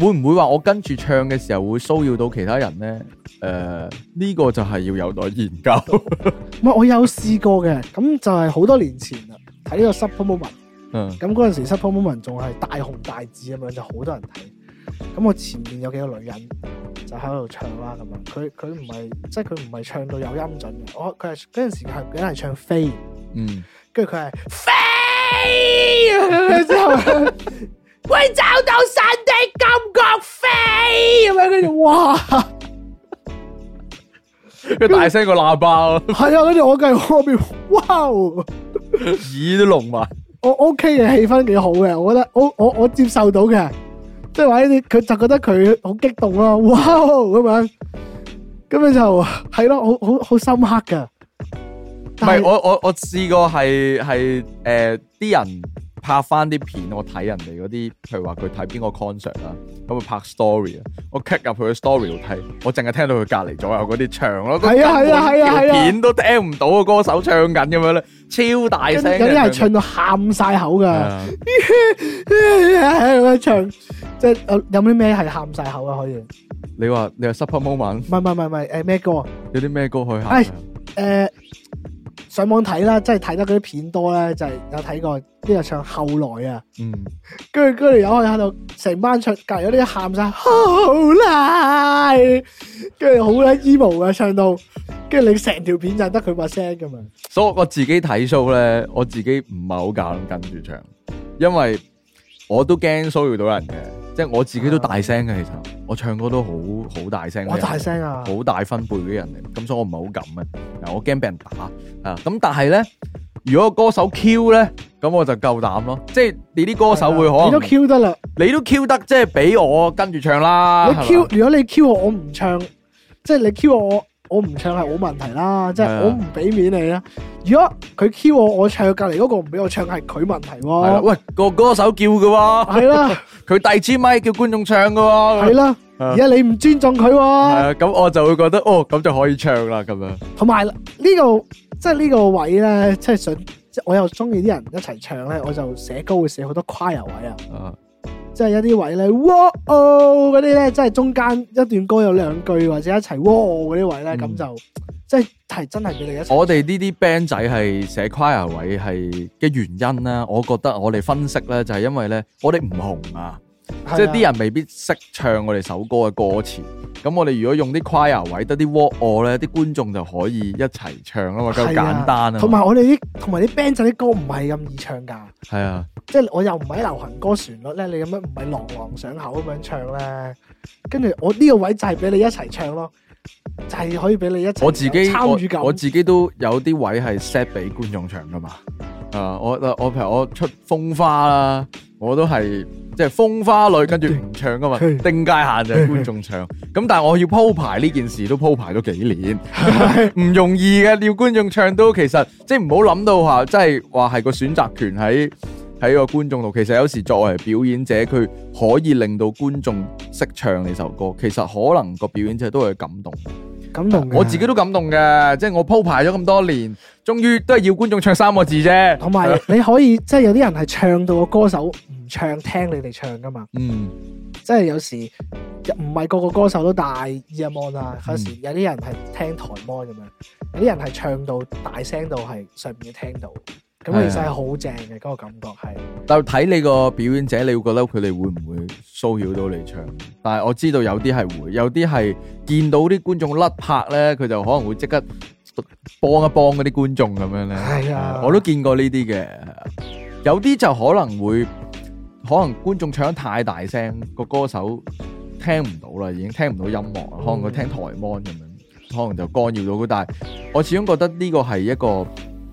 Speaker 2: 會唔會話我跟住唱嘅時候會騷擾到其他人咧？誒、呢、個就係要有待研究。 <laughs>
Speaker 1: 唔係，我有試過嘅，咁就係好多年前啦，睇呢個 Super Moment，
Speaker 2: 嗯
Speaker 1: 咁嗰陣時 Super Moment 仲係大紅大紫咁樣，就好多人睇。咁我前面有幾個女人就喺度唱啦，咁樣佢佢唔係即係佢唔係唱到有音準嘅，我佢係嗰陣時係佢係唱飛，
Speaker 2: 嗯，
Speaker 1: 跟住佢係飛，之後會找到神的感覺飛咁樣，跟住哇！
Speaker 2: 佢大聲個喇叭，耳
Speaker 1: 係啊，跟住我繼續我邊，哇！我
Speaker 2: 都聾埋。
Speaker 1: 我 OK 嘅氣氛幾好嘅，我覺得我我我接受到嘅，即係話呢啲佢就覺得佢好激動咯，哇咁樣，咁樣就係咯，好好好深刻噶。
Speaker 2: 唔係我我我試過係係誒啲人拍翻啲片，我睇人哋嗰啲，譬如話佢睇邊個 concert 啦，咁佢拍 story 啊，我 click 入佢嘅 story 度睇，我淨係聽到佢隔離左右嗰啲唱咯，
Speaker 1: 係啊係啊係啊係啊
Speaker 2: 條片都聽唔到個歌手唱緊咁樣咧，超大
Speaker 1: 跟
Speaker 2: 聲嘅，
Speaker 1: 住有啲係唱到喊晒口
Speaker 2: 係
Speaker 1: 噶，
Speaker 2: 啊
Speaker 1: 咁樣 <laughs> 唱，即係有有啲咩係喊晒口啊？可以，唔
Speaker 2: 你話你話 super moment
Speaker 1: 係唔係唔係唔係誒咩歌啊？
Speaker 2: 有啲咩歌可以行
Speaker 1: 哎？誒、上網睇啦，即係睇得嗰啲片多咧，就係、有睇過呢個唱後來啊，
Speaker 2: 嗯，
Speaker 1: 跟住嗰條友喺度成班唱，隔離有啲喊晒好啦，跟住好啦 emo 啊唱到，跟住你成條片就得佢把聲噶嘛，
Speaker 2: 所以我自己睇 show 咧，我自己唔係好敢跟住唱，因為我都驚騷擾到人嘅，即係我自己都大聲嘅。其實我唱歌都好好大聲嘅人，
Speaker 1: 嗯我大聲啊，
Speaker 2: 好大分貝嘅人嚟，咁所以我唔係好敢嘅。嗱，我驚俾人打啊！咁但係咧，如果歌手 Q 咧，咁我就夠膽咯。即係你啲歌手會可能啊
Speaker 1: 你都 Q 得啦，
Speaker 2: 你都 Q 得，即係俾我跟住唱啦。
Speaker 1: 你 Q 如果你 Q 我我唔唱，即係你 Q 我我唔唱係我問題啦，即係
Speaker 2: 係啊
Speaker 1: 我唔俾面你啦。如果佢 Q 我我唱，隔離嗰個唔俾我唱係佢問題
Speaker 2: 係啦，
Speaker 1: 喎，
Speaker 2: 喂個歌手叫嘅喎，
Speaker 1: 係啦
Speaker 2: 佢遞支咪叫觀眾唱嘅喎。
Speaker 1: 係啦。
Speaker 2: <laughs> 啊
Speaker 1: 而家你唔尊重佢
Speaker 2: 係
Speaker 1: 喎，
Speaker 2: 啊，咁我就會覺得哦，咁就可以唱啦，咁樣。
Speaker 1: 同埋呢個即係呢個位咧，即係想即係我又中意啲人一齊唱咧，我就寫歌會寫好多 choir 位啊，
Speaker 2: 啊，
Speaker 1: 即係一啲位咧，哇哦嗰啲咧，即係中間一段歌有兩句或者一齊哇哦嗰啲位咧，咁、
Speaker 2: 嗯
Speaker 1: 就即係係真係俾你一齊。
Speaker 2: 我哋呢啲 band 仔係寫 choir 位係嘅原因啦，我覺得我哋分析咧就係因為咧，我哋唔紅啊，即係啲人未必識唱我哋首歌嘅歌詞。咁我哋如果用啲 choir 位得啲 w a l l 咧，啲觀眾就可以一齊唱啦嘛，夠
Speaker 1: 係啊
Speaker 2: 簡單啊。
Speaker 1: 同埋我哋啲同埋啲 band 仔啲歌唔係咁易唱㗎，
Speaker 2: 係啊，
Speaker 1: 即係我又唔係流行歌旋律咧，你咁樣唔係朗朗上口咁樣唱咧，跟住我呢個位就係俾你一齊唱咯，就係、可以俾你一齊
Speaker 2: 我自己
Speaker 1: 有參與感
Speaker 2: 我我自己都有啲位係 set 俾觀眾唱噶嘛。啊，我我譬如我出風花啦，我都係即係風花裏跟住唔唱噶嘛，
Speaker 1: 嗯
Speaker 2: 定界限就係觀眾唱。咁但係我要鋪排呢件事都鋪排咗幾年， <laughs> 唔容易嘅。要觀眾唱都其實即係唔好諗到話，即係話係個選擇權喺喺個觀眾度。其實有時作為表演者，佢可以令到觀眾識唱呢首歌，其實可能個表演者都會感動。
Speaker 1: 感動嘅。
Speaker 2: 我自己都感動嘅，即係我鋪排咗咁多年，終於都係要觀眾唱三個字啫。啊
Speaker 1: 同埋你可以即係有啲人係唱到個歌手唔唱，聽你哋唱噶嘛。
Speaker 2: 嗯，
Speaker 1: 即係有時唔係個個歌手都戴 earmon 啦，有時
Speaker 2: 嗯
Speaker 1: 有啲人係聽台 mon 咁樣，有啲人係唱到大聲到係上面聽到，咁其實係好正嘅嗰個感覺係。
Speaker 2: 但係睇你個表演者，你會覺得佢哋會唔會騷擾到你唱？但係我知道有啲係會，有啲係見到啲觀眾甩拍咧，佢就可能會即刻幫一幫嗰啲觀眾咁樣咧。
Speaker 1: 係啊
Speaker 2: 嗯我都見過呢啲嘅，有啲就可能會，可能觀眾唱得太大聲，個歌手聽唔到啦，已經聽唔到音樂啦，可
Speaker 1: 嗯
Speaker 2: 能佢聽台 mon 咁樣，可能就干擾到佢。但係我始終覺得呢個係一個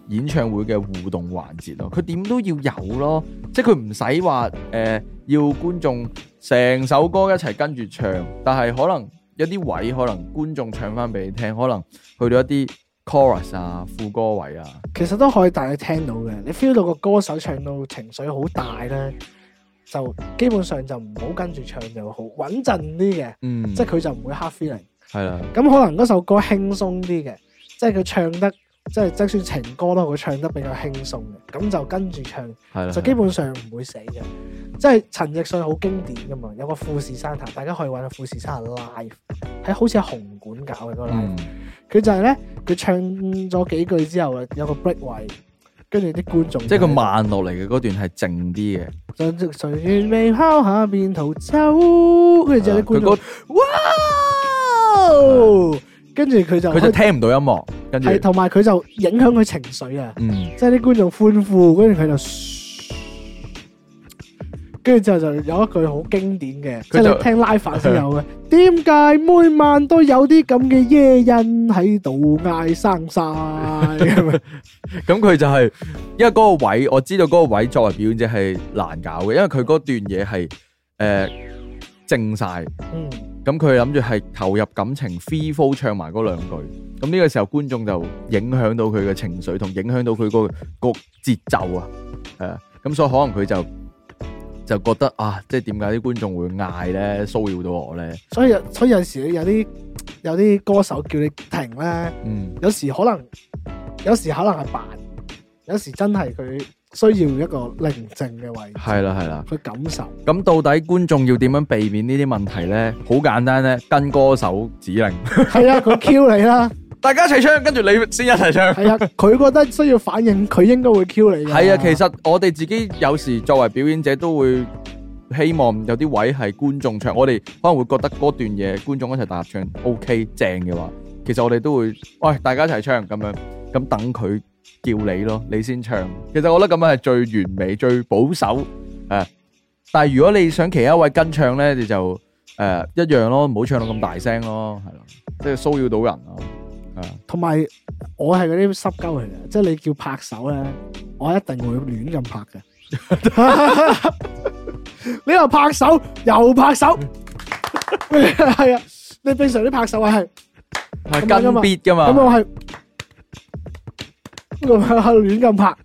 Speaker 2: 演唱會嘅互動環節咯，佢點都要有咯，即係佢唔使話誒要觀眾成首歌一齊跟住唱，但係可能有啲位可能觀眾唱翻俾你聽，可能去到一啲 chorus 啊、副歌位啊。
Speaker 1: 其實都可以帶你聽到嘅，你 feel 到個歌手唱到情緒好大咧，就基本上就唔好跟住唱就好穩陣啲嘅，
Speaker 2: 嗯，
Speaker 1: 即係佢就唔會 hard feeling。
Speaker 2: 系啦，
Speaker 1: 咁可能嗰首歌輕鬆啲嘅，即係佢唱得即係就算情歌都好，佢唱得比較輕鬆嘅，咁就跟住唱。
Speaker 2: 系啦，
Speaker 1: 就基本上唔會死嘅。即係陳奕迅好經典噶嘛，有個富士山下，大家可以揾下富士山下 live，喺好似喺紅館搞嘅嗰個 live。
Speaker 2: 嗯
Speaker 1: 佢、就係咧，佢唱咗幾句之後，啊有個 break 位，跟住啲觀眾
Speaker 2: 即係佢慢落嚟嘅嗰段係靜啲嘅，
Speaker 1: 就就隨住被拋下便逃走，跟住之後啲
Speaker 2: 啊佢
Speaker 1: 觀眾
Speaker 2: 嗰
Speaker 1: 哇，跟住佢就
Speaker 2: 佢就聽唔到音樂，跟住
Speaker 1: 係同埋佢就影響佢情緒啊。
Speaker 2: 嗯
Speaker 1: 即係啲觀眾歡呼，跟住佢就噓，跟住之後就有一句好經典嘅，即
Speaker 2: 佢就
Speaker 1: 係你聽 live 版先有嘅。 <laughs> 點解每晚都有啲咁嘅耶人喺度嗌生晒？咁樣
Speaker 2: 咁佢就係因為嗰個位，我知道嗰個位作為表演者係難搞嘅，因為佢嗰段嘢係誒靜晒，
Speaker 1: 嗯，
Speaker 2: 咁佢諗住係投入感情 free f a l l 唱埋嗰兩句，咁呢個時候觀眾就影響到佢嘅情緒，同影響到佢個個節奏啊，係啊，咁所以可能佢就就覺得啊，即係點解啲觀眾會嗌咧，騷擾到我咧，
Speaker 1: 所以有所以有時有啲有啲歌手叫你停咧，
Speaker 2: 嗯。
Speaker 1: 有時可能有時可能係扮，有時真係佢需要一個寧靜嘅位置
Speaker 2: 系啦系啦，
Speaker 1: 去感受。
Speaker 2: 咁到底觀眾要點樣避免呢啲問題呢？好簡單呢，跟歌手指令，
Speaker 1: 係啊，佢 Q 你啦。
Speaker 2: 大家一齊唱，跟住你先一齊唱。
Speaker 1: 系啊，佢覺得需要反應，佢應該會 Q 你㗎。
Speaker 2: 係啊，其實我哋自己有時作為表演者都會希望有啲位係觀眾唱，我哋可能會覺得嗰段嘢觀眾一齊大合唱 OK 正嘅話，其實我哋都會喂大家一齊唱咁樣，咁等佢叫你咯，你先唱。其實我覺得咁樣係最完美、最保守诶、誒但係如果你想其他位跟唱咧，你就诶、誒一樣咯，唔好唱到咁大聲咯，係咯，即係騷擾到人咯，係啊。
Speaker 1: 同埋我係嗰啲濕鳩嚟嘅，即係你叫拍手咧，我一定會亂咁拍嘅。 <laughs> 你又拍手又拍手， <laughs> 係啊！你平常啲拍手係
Speaker 2: 係
Speaker 1: 咁啊樣㗎
Speaker 2: 跟
Speaker 1: 嘛
Speaker 2: beat 噶嘛，
Speaker 1: 咁，我係咁樣喺度亂咁拍，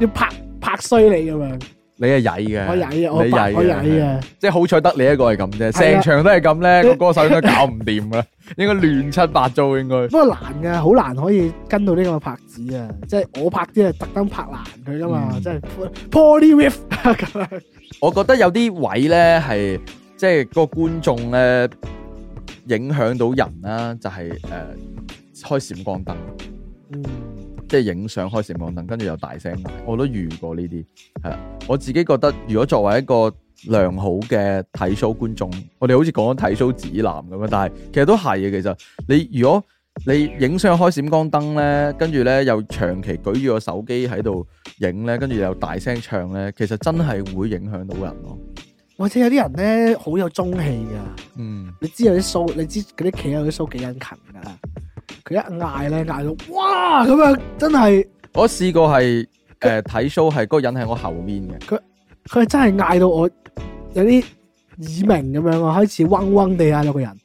Speaker 1: 要拍拍衰你咁樣。
Speaker 2: 你係曳嘅，
Speaker 1: 我曳啊，我
Speaker 2: 你
Speaker 1: 白我曳
Speaker 2: 嘅
Speaker 1: 啊，
Speaker 2: 即係好彩得你一個係咁啫，
Speaker 1: 係啊
Speaker 2: 成場都係咁咧，
Speaker 1: 你
Speaker 2: 個歌手應該搞唔掂
Speaker 1: <laughs>
Speaker 2: 噶啦，應該亂七八糟應該。
Speaker 1: 不過難嘅，好難可以跟到呢個拍子啊！即係我拍啲係特登拍難佢噶嘛，
Speaker 2: 嗯
Speaker 1: 即係 poly riff 咁樣。
Speaker 2: 我覺得有啲位咧係即係個觀眾咧影響到人啦，就係、誒、開閃光燈，
Speaker 1: 嗯。
Speaker 2: 即係影相開閃光燈，跟住又大聲嗌，我都遇過呢啲係啦。我自己覺得，如果作為一個良好嘅睇 show 觀眾，我哋好似講緊睇 show 指南咁樣，但係其實都係嘅。其實你如果你影相開閃光燈咧，跟住咧又長期舉住個手機喺度影咧，跟住又大聲唱咧，其實真係會影響到人咯。
Speaker 1: 或者有啲人咧好有中氣噶，
Speaker 2: 嗯，
Speaker 1: 你知有啲鬚，你知嗰啲企有啲鬚幾殷勤噶，佢一嗌咧嗌到哇咁樣，真係
Speaker 2: 我試過係誒睇 show 係嗰個人喺我後面嘅，
Speaker 1: 佢係真係嗌到我有啲耳鳴咁樣啊，開始嗡嗡地啊有個人，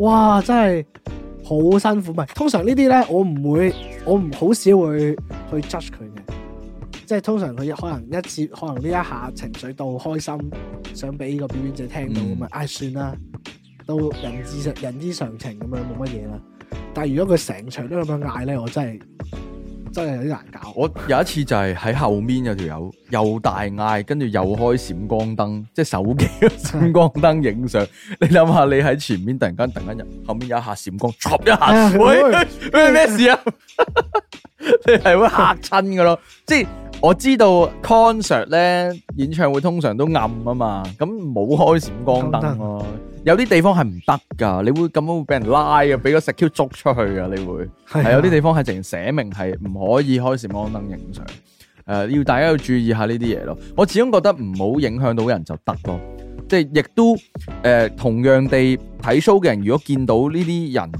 Speaker 1: 哇真係好辛苦咪。通常呢啲咧我唔會，我唔好少會去 judge 佢嘅。即係通常佢可能一次，可能呢一下情緒到開心，想俾個表演
Speaker 2: 嗯
Speaker 1: 者聽到咁啊，唉、算啦，都人之常人之常情咁樣冇乜嘢啦。但係如果佢成場都咁樣嗌咧，我真係真係有啲難搞。
Speaker 2: 我有一次就係喺後面有條友又大嗌，跟住又開閃光燈，即係手機嘅閃光燈影相。你諗下，你喺前面突然間突然間入後面有一下閃光，戳一
Speaker 1: 哎呀
Speaker 2: 下，喂喂咩事啊？你係會嚇親噶咯，即係。我知道 concert 咧演唱會通常都暗啊嘛，咁冇開閃光燈咯、有啲地方係唔得噶，你會咁樣會俾人拉啊，俾個 secure 捉出去噶，你會。
Speaker 1: 哎
Speaker 2: 係有啲地方係直情寫明係唔可以開閃光燈影相，誒、要大家要注意下呢啲嘢咯。我始終覺得唔好影響到人就得咯，即係亦都誒、呃同樣地睇 show 嘅人，如果見到呢啲人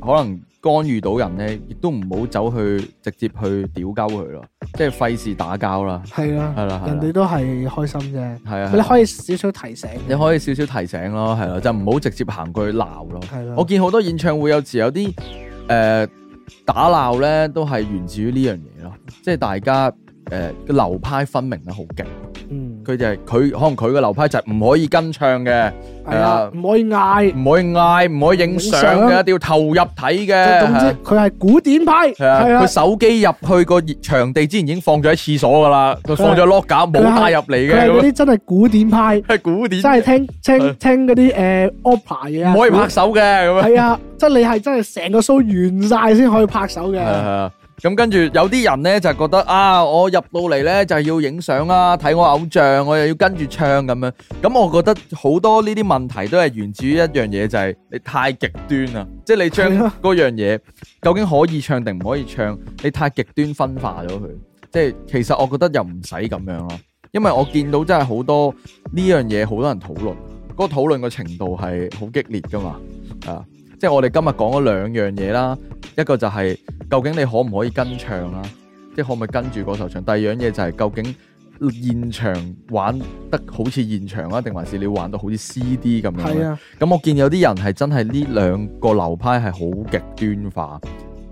Speaker 2: 可能干預到人咧，亦都唔好走去直接去屌鳩佢咯，即係費事打交啦，
Speaker 1: 係啦，
Speaker 2: 係啦係
Speaker 1: 人
Speaker 2: 啦
Speaker 1: 哋，都係開心啫。
Speaker 2: 係啊，
Speaker 1: 你可以少少提醒嘅，
Speaker 2: 你可以少少提醒咯，係啦，就唔好直接行過去鬧咯。
Speaker 1: 係啦。
Speaker 2: 我見好多演唱會有時有啲誒、呃打鬧咧，都係源自於呢樣嘢咯，即係大家誒、呃、流派分明得好勁，
Speaker 1: 嗯
Speaker 2: 佢就係、佢可能佢嘅流派就係唔可以跟唱嘅，
Speaker 1: 係啊，唔可以嗌。
Speaker 2: 唔可以嗌，唔可以影相
Speaker 1: 影
Speaker 2: 嘅，
Speaker 1: 相
Speaker 2: 一定要投入睇
Speaker 1: 即總
Speaker 2: 嘅。
Speaker 1: 之佢係古典派，
Speaker 2: 係啊，
Speaker 1: 係啊
Speaker 2: 佢，手機入去個熱場地之前已經放咗喺廁所噶啦，佢放咗 lock 架冇
Speaker 1: 佢係
Speaker 2: 帶入嚟
Speaker 1: 佢係嗰
Speaker 2: 嘅，
Speaker 1: 啲真係古典派，
Speaker 2: 係古典
Speaker 1: 真，係聽
Speaker 2: 係
Speaker 1: 聽聽嗰啲誒 opera 嘢啊，
Speaker 2: 唔可以拍手嘅咁樣。
Speaker 1: 係啊，即係你係真係成個 show 完晒先可以拍手
Speaker 2: 係啊係
Speaker 1: 嘅，
Speaker 2: 啊，咁跟住有啲人咧就覺得啊，我入到嚟咧就係要影相啦，睇我偶像，我又要跟住唱咁樣。咁我覺得好多呢啲問題都係源自於一樣嘢，就係、你太極端啦，即係你將
Speaker 1: 係啊
Speaker 2: 嗰樣嘢究竟可以唱定唔可以唱，你太極端分化咗佢。即係其實我覺得又唔使咁樣咯，因為我見到真係好多呢樣嘢，好多人討論，嗰、個討論嘅程度係好激烈噶嘛，啊！即係我哋今日講咗兩樣嘢啦，一個就係究竟你可唔可以跟唱啦，即係可唔可以跟住嗰首唱。第二樣嘢就係究竟現場玩得好似現場啊，定還是你玩到好似 CD 咁樣
Speaker 1: 係
Speaker 2: 呢？
Speaker 1: 啊，
Speaker 2: 咁我見有啲人係真係呢兩個流派係好極端化，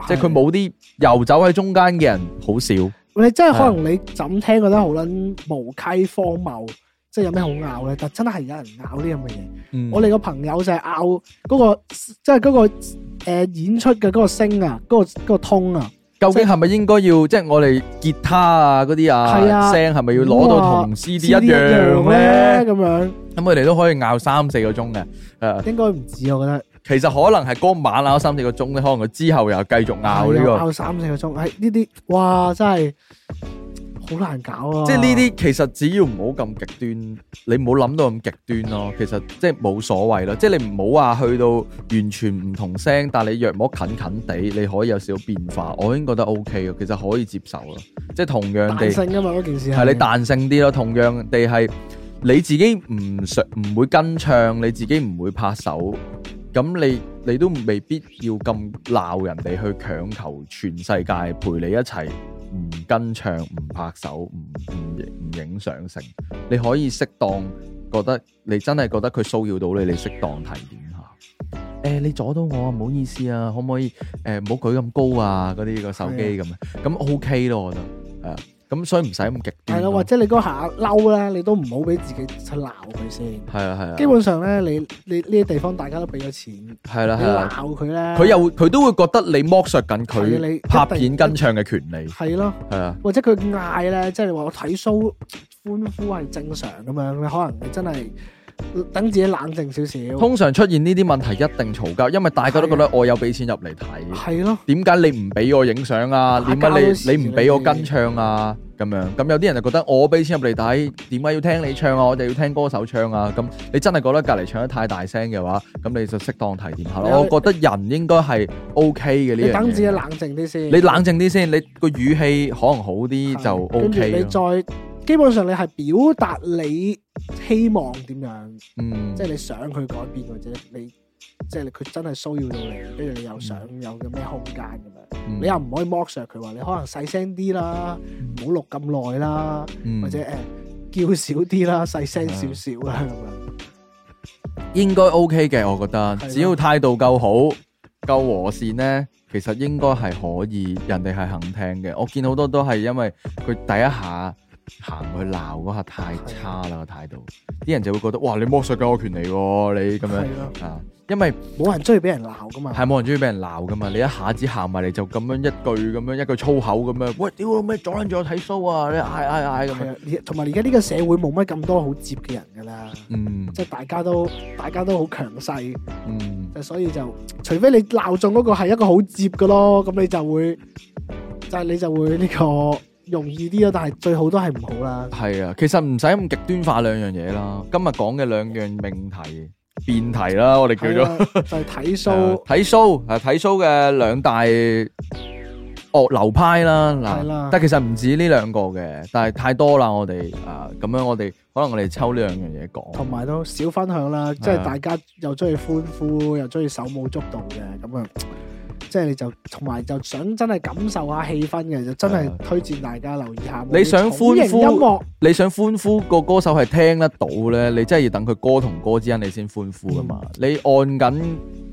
Speaker 2: 即係佢冇啲遊走喺中間嘅人好少。
Speaker 1: 你真係可能你就咁聽覺得好撚無稽荒謬，即係有咩好拗咧？但真係有人拗啲咁嘅嘢。
Speaker 2: 嗯
Speaker 1: 我哋個朋友就係拗嗰個，即係嗰個呃演出嘅嗰個聲啊，嗰個嗰個通啊，
Speaker 2: 究竟係咪應該要即係我哋吉他啊嗰啲
Speaker 1: 係
Speaker 2: 啊
Speaker 1: 啊
Speaker 2: 聲係咪要攞到同 CD 一樣
Speaker 1: 呢
Speaker 2: 咧？
Speaker 1: 咁樣
Speaker 2: 咁佢哋都可以拗三四個鐘嘅，誒、呃
Speaker 1: 應該唔止，我覺得
Speaker 2: 其實可能係嗰晚拗三四個鐘咧，可能佢之後又繼續拗呢、
Speaker 1: 係
Speaker 2: 個，
Speaker 1: 啊拗三四個鐘，係呢啲哇真係好難搞啊！
Speaker 2: 即係呢啲其實只要唔好咁極端，你唔好諗到咁極端咯。其實即係冇所謂咯，即係你唔好話去到完全唔同聲，但你若摸近近地，你可以有少少變化，我已經覺得 O K 嘅，其實可以接受咯。即係同樣地
Speaker 1: 彈。性啊噶嘛嗰件事
Speaker 2: 係你彈性啲咯，同樣地係你自己唔想唔會跟唱，你自己唔會拍手，咁你你都未必要咁鬧人哋去強求全世界陪你一齊唔跟唱、唔拍手、唔唔唔影相成，你可以適當覺得你真係覺得佢騷擾到你，你適當提點下。誒、你阻到我啊，唔好意思啊，可唔可以誒唔好舉咁高啊？嗰啲個手機咁樣，咁 OK 咯，我覺得係啊，咁所以唔使咁極端
Speaker 1: 係
Speaker 2: 咯。
Speaker 1: 咯，或者你嗰下嬲咧，你都唔好俾自己去鬧佢先。
Speaker 2: 係啊係啊，
Speaker 1: 基本上咧，你你呢啲地方大家都俾咗錢，你
Speaker 2: 係啦係
Speaker 1: 鬧
Speaker 2: 啦，
Speaker 1: 佢咧，
Speaker 2: 佢又會佢都會覺得你剝削緊
Speaker 1: 係啊
Speaker 2: 佢
Speaker 1: 你
Speaker 2: 拍
Speaker 1: 一定
Speaker 2: 片跟唱嘅權利，
Speaker 1: 係咯。
Speaker 2: 係啊
Speaker 1: 或者佢嗌咧，即係你話我睇 show 歡呼係正常咁樣，你可能你真係等自己冷靜少少，
Speaker 2: 通常出現呢啲問題一定嘈交，因為大家都覺
Speaker 1: 啊
Speaker 2: 得我有俾錢入嚟睇，
Speaker 1: 係咯，
Speaker 2: 點解你唔俾我影相啊？
Speaker 1: 打
Speaker 2: 點
Speaker 1: 交
Speaker 2: 解你你唔俾我
Speaker 1: 嗰時
Speaker 2: 跟唱啊？咁樣咁有啲人就覺得我俾錢入嚟睇，點解要聽你唱啊？我哋要聽歌手唱啊！咁你真係覺得隔離唱得太大聲嘅話，咁你就適當提點下
Speaker 1: 係啊
Speaker 2: 咯。我覺得人應該係 OK 嘅呢樣
Speaker 1: 你
Speaker 2: 嘢。
Speaker 1: 等自己冷靜啲先，
Speaker 2: 你冷靜啲先，你個語氣可能好啲
Speaker 1: 係
Speaker 2: 就
Speaker 1: 跟住
Speaker 2: OK 咯。
Speaker 1: 你再基本上你係表達你希望點樣，
Speaker 2: 嗯
Speaker 1: 即，係你想佢改變或者你即係佢真係騷擾到你，跟住你又想有嘅咩空間咁樣，
Speaker 2: 嗯
Speaker 1: 你又唔可以剝削佢話你可能細聲啲啦，唔好錄咁耐啦，
Speaker 2: 嗯
Speaker 1: 或者誒、呃叫少啲啦，細聲少少啦咁樣。
Speaker 2: 應該 OK 嘅，我覺得
Speaker 1: 係咯
Speaker 2: 只要態度夠好、夠和善呢，其實應該係可以，人哋係肯聽嘅。我見好多都係因為佢第一下行過去鬧嗰下太差
Speaker 1: 啊
Speaker 2: 啦個態度，啲人就會覺得哇你剝削緊我權利喎，你咁
Speaker 1: 係咯
Speaker 2: 樣啊，因為
Speaker 1: 冇人中意俾人鬧噶嘛。
Speaker 2: 係冇人中意俾人鬧噶嘛，你一下子行埋嚟就咁樣一句咁樣一句粗口咁樣，喂屌咩阻撚住我睇 show 啊，你嗌嗌嗌咁
Speaker 1: 係
Speaker 2: 樣，
Speaker 1: 啊，而同埋而家呢個社會冇乜咁多好接嘅人㗎啦，
Speaker 2: 嗯
Speaker 1: 即係大家都大家都好強勢，
Speaker 2: 嗯
Speaker 1: 就所以就除非你鬧中嗰個係一個好接嘅咯，咁你就會就係你就會呢個容易啲咯，但係最好都係唔好啦。
Speaker 2: 係啊，其實唔使咁極端化兩樣嘢啦，今日講嘅兩樣命題辯題啦，我哋叫
Speaker 1: 係
Speaker 2: 做。
Speaker 1: 啊，就係睇 show
Speaker 2: 睇 show <laughs> 啊，睇 show 嘅兩大樂流派啦，
Speaker 1: 係啦
Speaker 2: 嗱，但其實唔止呢兩個嘅，但係太多啦，我哋啊，咁樣我哋可能我哋抽呢兩樣嘢講，
Speaker 1: 同埋都少分享
Speaker 2: 啊
Speaker 1: 啦，即係大家又中意歡呼，又中意手舞足蹈嘅咁啊，即係你就同埋就想真係感受下氣氛嘅，就真
Speaker 2: 係啊
Speaker 1: 係推薦大家留意下。
Speaker 2: 你想歡呼
Speaker 1: 音樂
Speaker 2: 你想歡呼個歌手係聽得到咧，你真係要等佢歌同歌之間你先歡呼噶嘛，
Speaker 1: 嗯
Speaker 2: 你按緊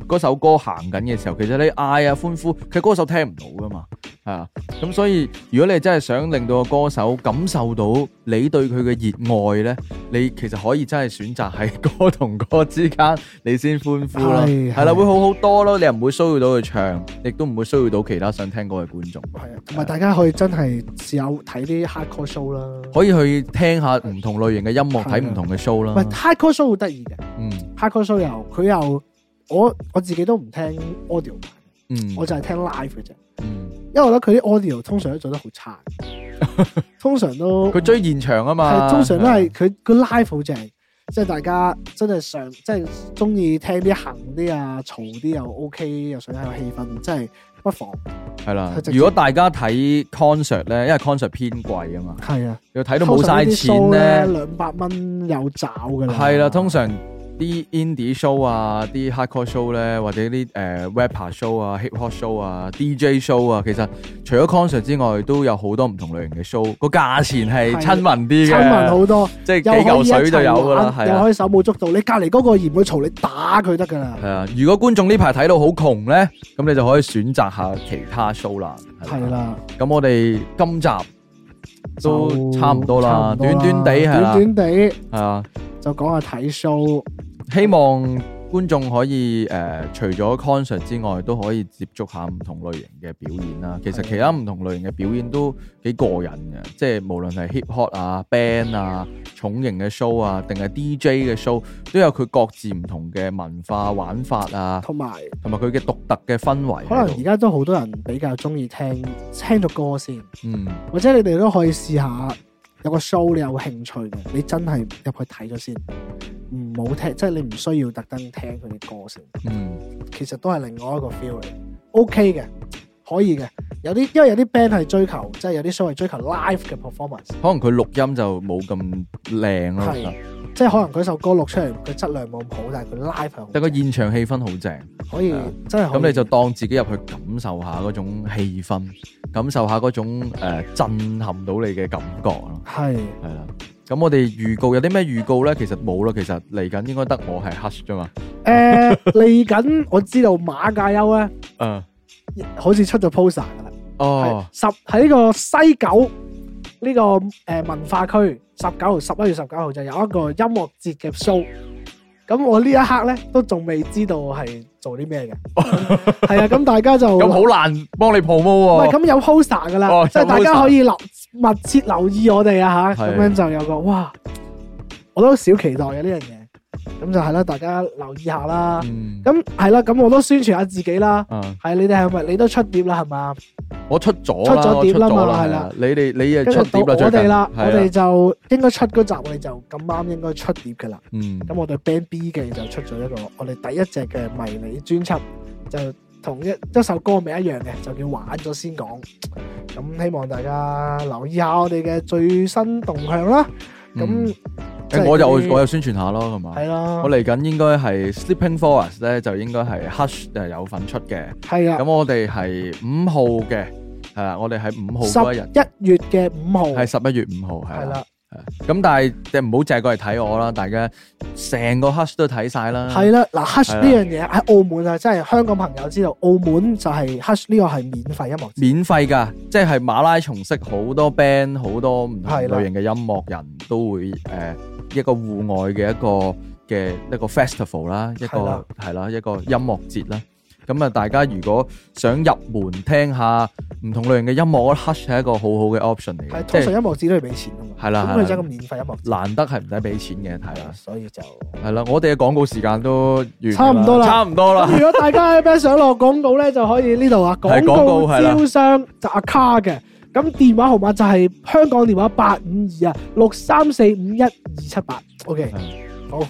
Speaker 2: 嗰首歌行緊嘅時候，其實你嗌啊歡呼，其實歌手聽唔到噶嘛，係啊，咁所以如果你真係想令到個歌手感受到你對佢嘅熱愛咧。你其實可以真係選擇喺歌同歌之間，你先歡呼咯，
Speaker 1: 係
Speaker 2: 係啦，
Speaker 1: 係
Speaker 2: 會好好多咯，你又唔會騷擾到佢唱，亦都唔會騷擾到其他想聽歌嘅觀眾。
Speaker 1: 係啊，同埋大家可以真係試下睇啲 hardcore show 啦。
Speaker 2: 可以啊去聽下唔同類型嘅音樂，睇唔同嘅 show
Speaker 1: 喂
Speaker 2: 啦。
Speaker 1: ，hardcore show 好得意嘅
Speaker 2: 嗯
Speaker 1: ，hardcore show 又佢又我我自己都唔聽 audio 版，
Speaker 2: 嗯，
Speaker 1: 我就係聽 live 嘅啫。
Speaker 2: 嗯
Speaker 1: 因為我覺得佢啲 audio 通常都做得好
Speaker 2: <laughs>
Speaker 1: 差，通常都
Speaker 2: 佢追現場啊嘛，
Speaker 1: 係通常都係佢個 live 好正，即係大家真係上即係中意聽啲行啲啊、嘈啲又 OK，又想有氣氛，真係不妨
Speaker 2: 係啦
Speaker 1: 佢直。接
Speaker 2: 如果大家睇 concert 咧，因為 concert 偏貴啊嘛，
Speaker 1: 係啊。
Speaker 2: 要睇到冇晒錢咧，
Speaker 1: 咧，兩百蚊有找㗎啦。
Speaker 2: 係啦。通常啲 indie show 啊，啲 hardcore show 咧，或者啲誒 rapper show 啊、hip hop show 啊、DJ show 啊，其實除咗 concert 之外，都有好多唔同類型嘅 show，個價錢係
Speaker 1: 係
Speaker 2: 親民啲嘅，
Speaker 1: 親民好多。
Speaker 2: 即係
Speaker 1: 又可以
Speaker 2: 幾嚿水就有㗎
Speaker 1: 一齊
Speaker 2: 啦，
Speaker 1: 玩
Speaker 2: 係
Speaker 1: 又
Speaker 2: 啊。
Speaker 1: 可以手舞足蹈。你隔離嗰個嫌佢嘈，你打佢得㗎啦。
Speaker 2: 系啊，如果觀眾呢排睇到好窮咧，咁你就可以選擇下其他 show 啦。係
Speaker 1: 係，啦，
Speaker 2: 咁我哋今集都
Speaker 1: 就
Speaker 2: 差唔多啦
Speaker 1: 差唔多
Speaker 2: 短短地係啦
Speaker 1: 短短地
Speaker 2: 係啊，
Speaker 1: 就講下睇 show，
Speaker 2: 希望觀眾可以诶、呃除咗 concert 之外，都可以接觸下唔同類型嘅表演啦。其實
Speaker 1: 係啊
Speaker 2: 其他唔同類型嘅表演都幾過癮嘅，即係無論係 hip hop 啊、band 啊、重型嘅 show 啊，定係 DJ 嘅 show，都有佢各自唔同嘅文化玩法啊，
Speaker 1: 同埋
Speaker 2: 同埋佢嘅獨特嘅氛圍喺
Speaker 1: 可能
Speaker 2: 度
Speaker 1: 而家都好多人比較中意聽聽咗歌先，
Speaker 2: 嗯。
Speaker 1: 或者你哋都可以試下有個 show 你有興趣嘅，你真係入去睇咗先，唔好聽，即係你唔需要特登聽佢嘅歌先。
Speaker 2: 嗯
Speaker 1: 其實都係另外一個 feel 嚟，OK 嘅，可以嘅。有啲因為有啲 band 係追求，即係有啲 show 係追求 live 嘅 performance。
Speaker 2: 可能佢錄音就冇咁靚咯，
Speaker 1: 係即係可能佢首歌錄出嚟嘅質量冇咁好，但係佢 live 係好
Speaker 2: 但個現場氣氛好正，
Speaker 1: 可以
Speaker 2: 啊
Speaker 1: 真係可以
Speaker 2: 咁你就當自己入去感受下嗰種氣氛，感受下嗰種、呃、震撼到你嘅感覺咯，
Speaker 1: 係
Speaker 2: 係啦。咁我哋預告有啲咩預告咧？其實冇啦，其實嚟緊應該得我係 hush 啫嘛。 <laughs>
Speaker 1: 誒嚟緊，我知道馬介休咧，
Speaker 2: 嗯，
Speaker 1: 好似出咗 poster 㗎啦，
Speaker 2: 哦
Speaker 1: 係，十喺呢個西九呢個誒文化區十九號十一月十九號就有一個音樂節嘅 show。咁我呢一刻咧都仲未知道係做啲咩嘅，
Speaker 2: <laughs>
Speaker 1: 係啊，咁大家就
Speaker 2: 咁好難幫你 promo
Speaker 1: 喂，
Speaker 2: 喎。
Speaker 1: 咁有 poster 噶啦，
Speaker 2: 哦
Speaker 1: 即係
Speaker 2: 有
Speaker 1: 大
Speaker 2: poster
Speaker 1: 家可以留密切留意我哋啊吓，
Speaker 2: 係
Speaker 1: 咁樣就有個哇，我都少期待嘅啊呢樣嘢，咁就係啦，大家留意下啦。
Speaker 2: 嗯，
Speaker 1: 咁係啦，咁我都宣傳下自己啦。
Speaker 2: 啊，
Speaker 1: 係你哋係咪你都出碟啦係嘛？
Speaker 2: 我出咗
Speaker 1: 出咗碟啦嘛
Speaker 2: 我出咗啦係
Speaker 1: 係啦
Speaker 2: 啦。你哋你啊
Speaker 1: 跟
Speaker 2: 出
Speaker 1: 住
Speaker 2: 碟啦，
Speaker 1: 到我
Speaker 2: 最
Speaker 1: 哋
Speaker 2: 近
Speaker 1: 啦，我
Speaker 2: 係啊
Speaker 1: 哋就應該出嗰集，我哋就咁啱應該出碟嘅啦。
Speaker 2: 嗯
Speaker 1: 咁我哋 Band B 嘅就出咗一個我哋第一隻嘅迷你專輯，就同一一首歌名一樣嘅，就叫玩咗先講。咁希望大家留意下我哋嘅最新動向啦。
Speaker 2: 嗯
Speaker 1: 咁即
Speaker 2: 誒
Speaker 1: 係
Speaker 2: 我就
Speaker 1: 嗰啲
Speaker 2: 我就宣傳下咯，係嘛？
Speaker 1: 係啦
Speaker 2: 我，嚟緊應該係 Sleeping Forest 咧，就應該係 Hush 誒有份出嘅。
Speaker 1: 係
Speaker 2: 咁
Speaker 1: 啊，
Speaker 2: 我哋係五號嘅，係啦，我哋喺五號嗰一日，啊
Speaker 1: 十一月嘅五號
Speaker 2: 係十一月五號，係
Speaker 1: 係
Speaker 2: 啦，
Speaker 1: 啦，
Speaker 2: 咁但係即係唔好淨係過嚟睇我啦，大家成個 hush 都睇晒啦。
Speaker 1: 係啦，嗱 Hush
Speaker 2: 啊係啦
Speaker 1: 呢樣嘢喺澳門啊，真係香港朋友知道，澳門就係 Hush 呢個係免費音樂節，
Speaker 2: 免費㗎，即係馬拉松式好多 band，好多唔同
Speaker 1: 係啦
Speaker 2: 類型嘅音樂人都會誒、呃一個戶外嘅一個嘅一個 festival 啦，一
Speaker 1: 係啦
Speaker 2: 個係啦一個音樂節啦。咁啊，大家如果想入門聽下唔同類型嘅音樂，我覺得 Hush 係一個好好嘅 option 嚟
Speaker 1: 係
Speaker 2: 嘅，即
Speaker 1: 通
Speaker 2: 係
Speaker 1: 常音樂節都要俾錢噶嘛，
Speaker 2: 係啦係
Speaker 1: 咁
Speaker 2: 啦
Speaker 1: 佢就係一個免費音樂節，
Speaker 2: 難得係唔使俾錢嘅，睇啦。
Speaker 1: 所以就。
Speaker 2: 係啦，我哋嘅廣告時間都完㗎，
Speaker 1: 差唔多啦
Speaker 2: 差唔多 <laughs> 啦
Speaker 1: 咁。如果大家喺咩想落廣告咧，就可以呢度啊
Speaker 2: 係
Speaker 1: 廣
Speaker 2: 廣告
Speaker 1: 告
Speaker 2: 係啦
Speaker 1: 招商就阿卡嘅。咁電話號碼就係香港電話八五二啊六三四五一二七八。OK，好，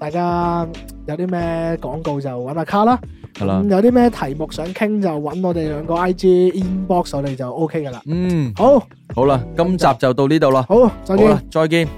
Speaker 1: 大家有啲咩廣告就揾阿卡啦。
Speaker 2: 係啦
Speaker 1: 咁有啲咩題目想傾就揾我哋兩個 IG inbox 我哋就 OK 噶啦。
Speaker 2: 嗯，
Speaker 1: 好，
Speaker 2: 好啦，今集就到呢度啦，
Speaker 1: 好，再
Speaker 2: 好
Speaker 1: 見
Speaker 2: 啦。，再見，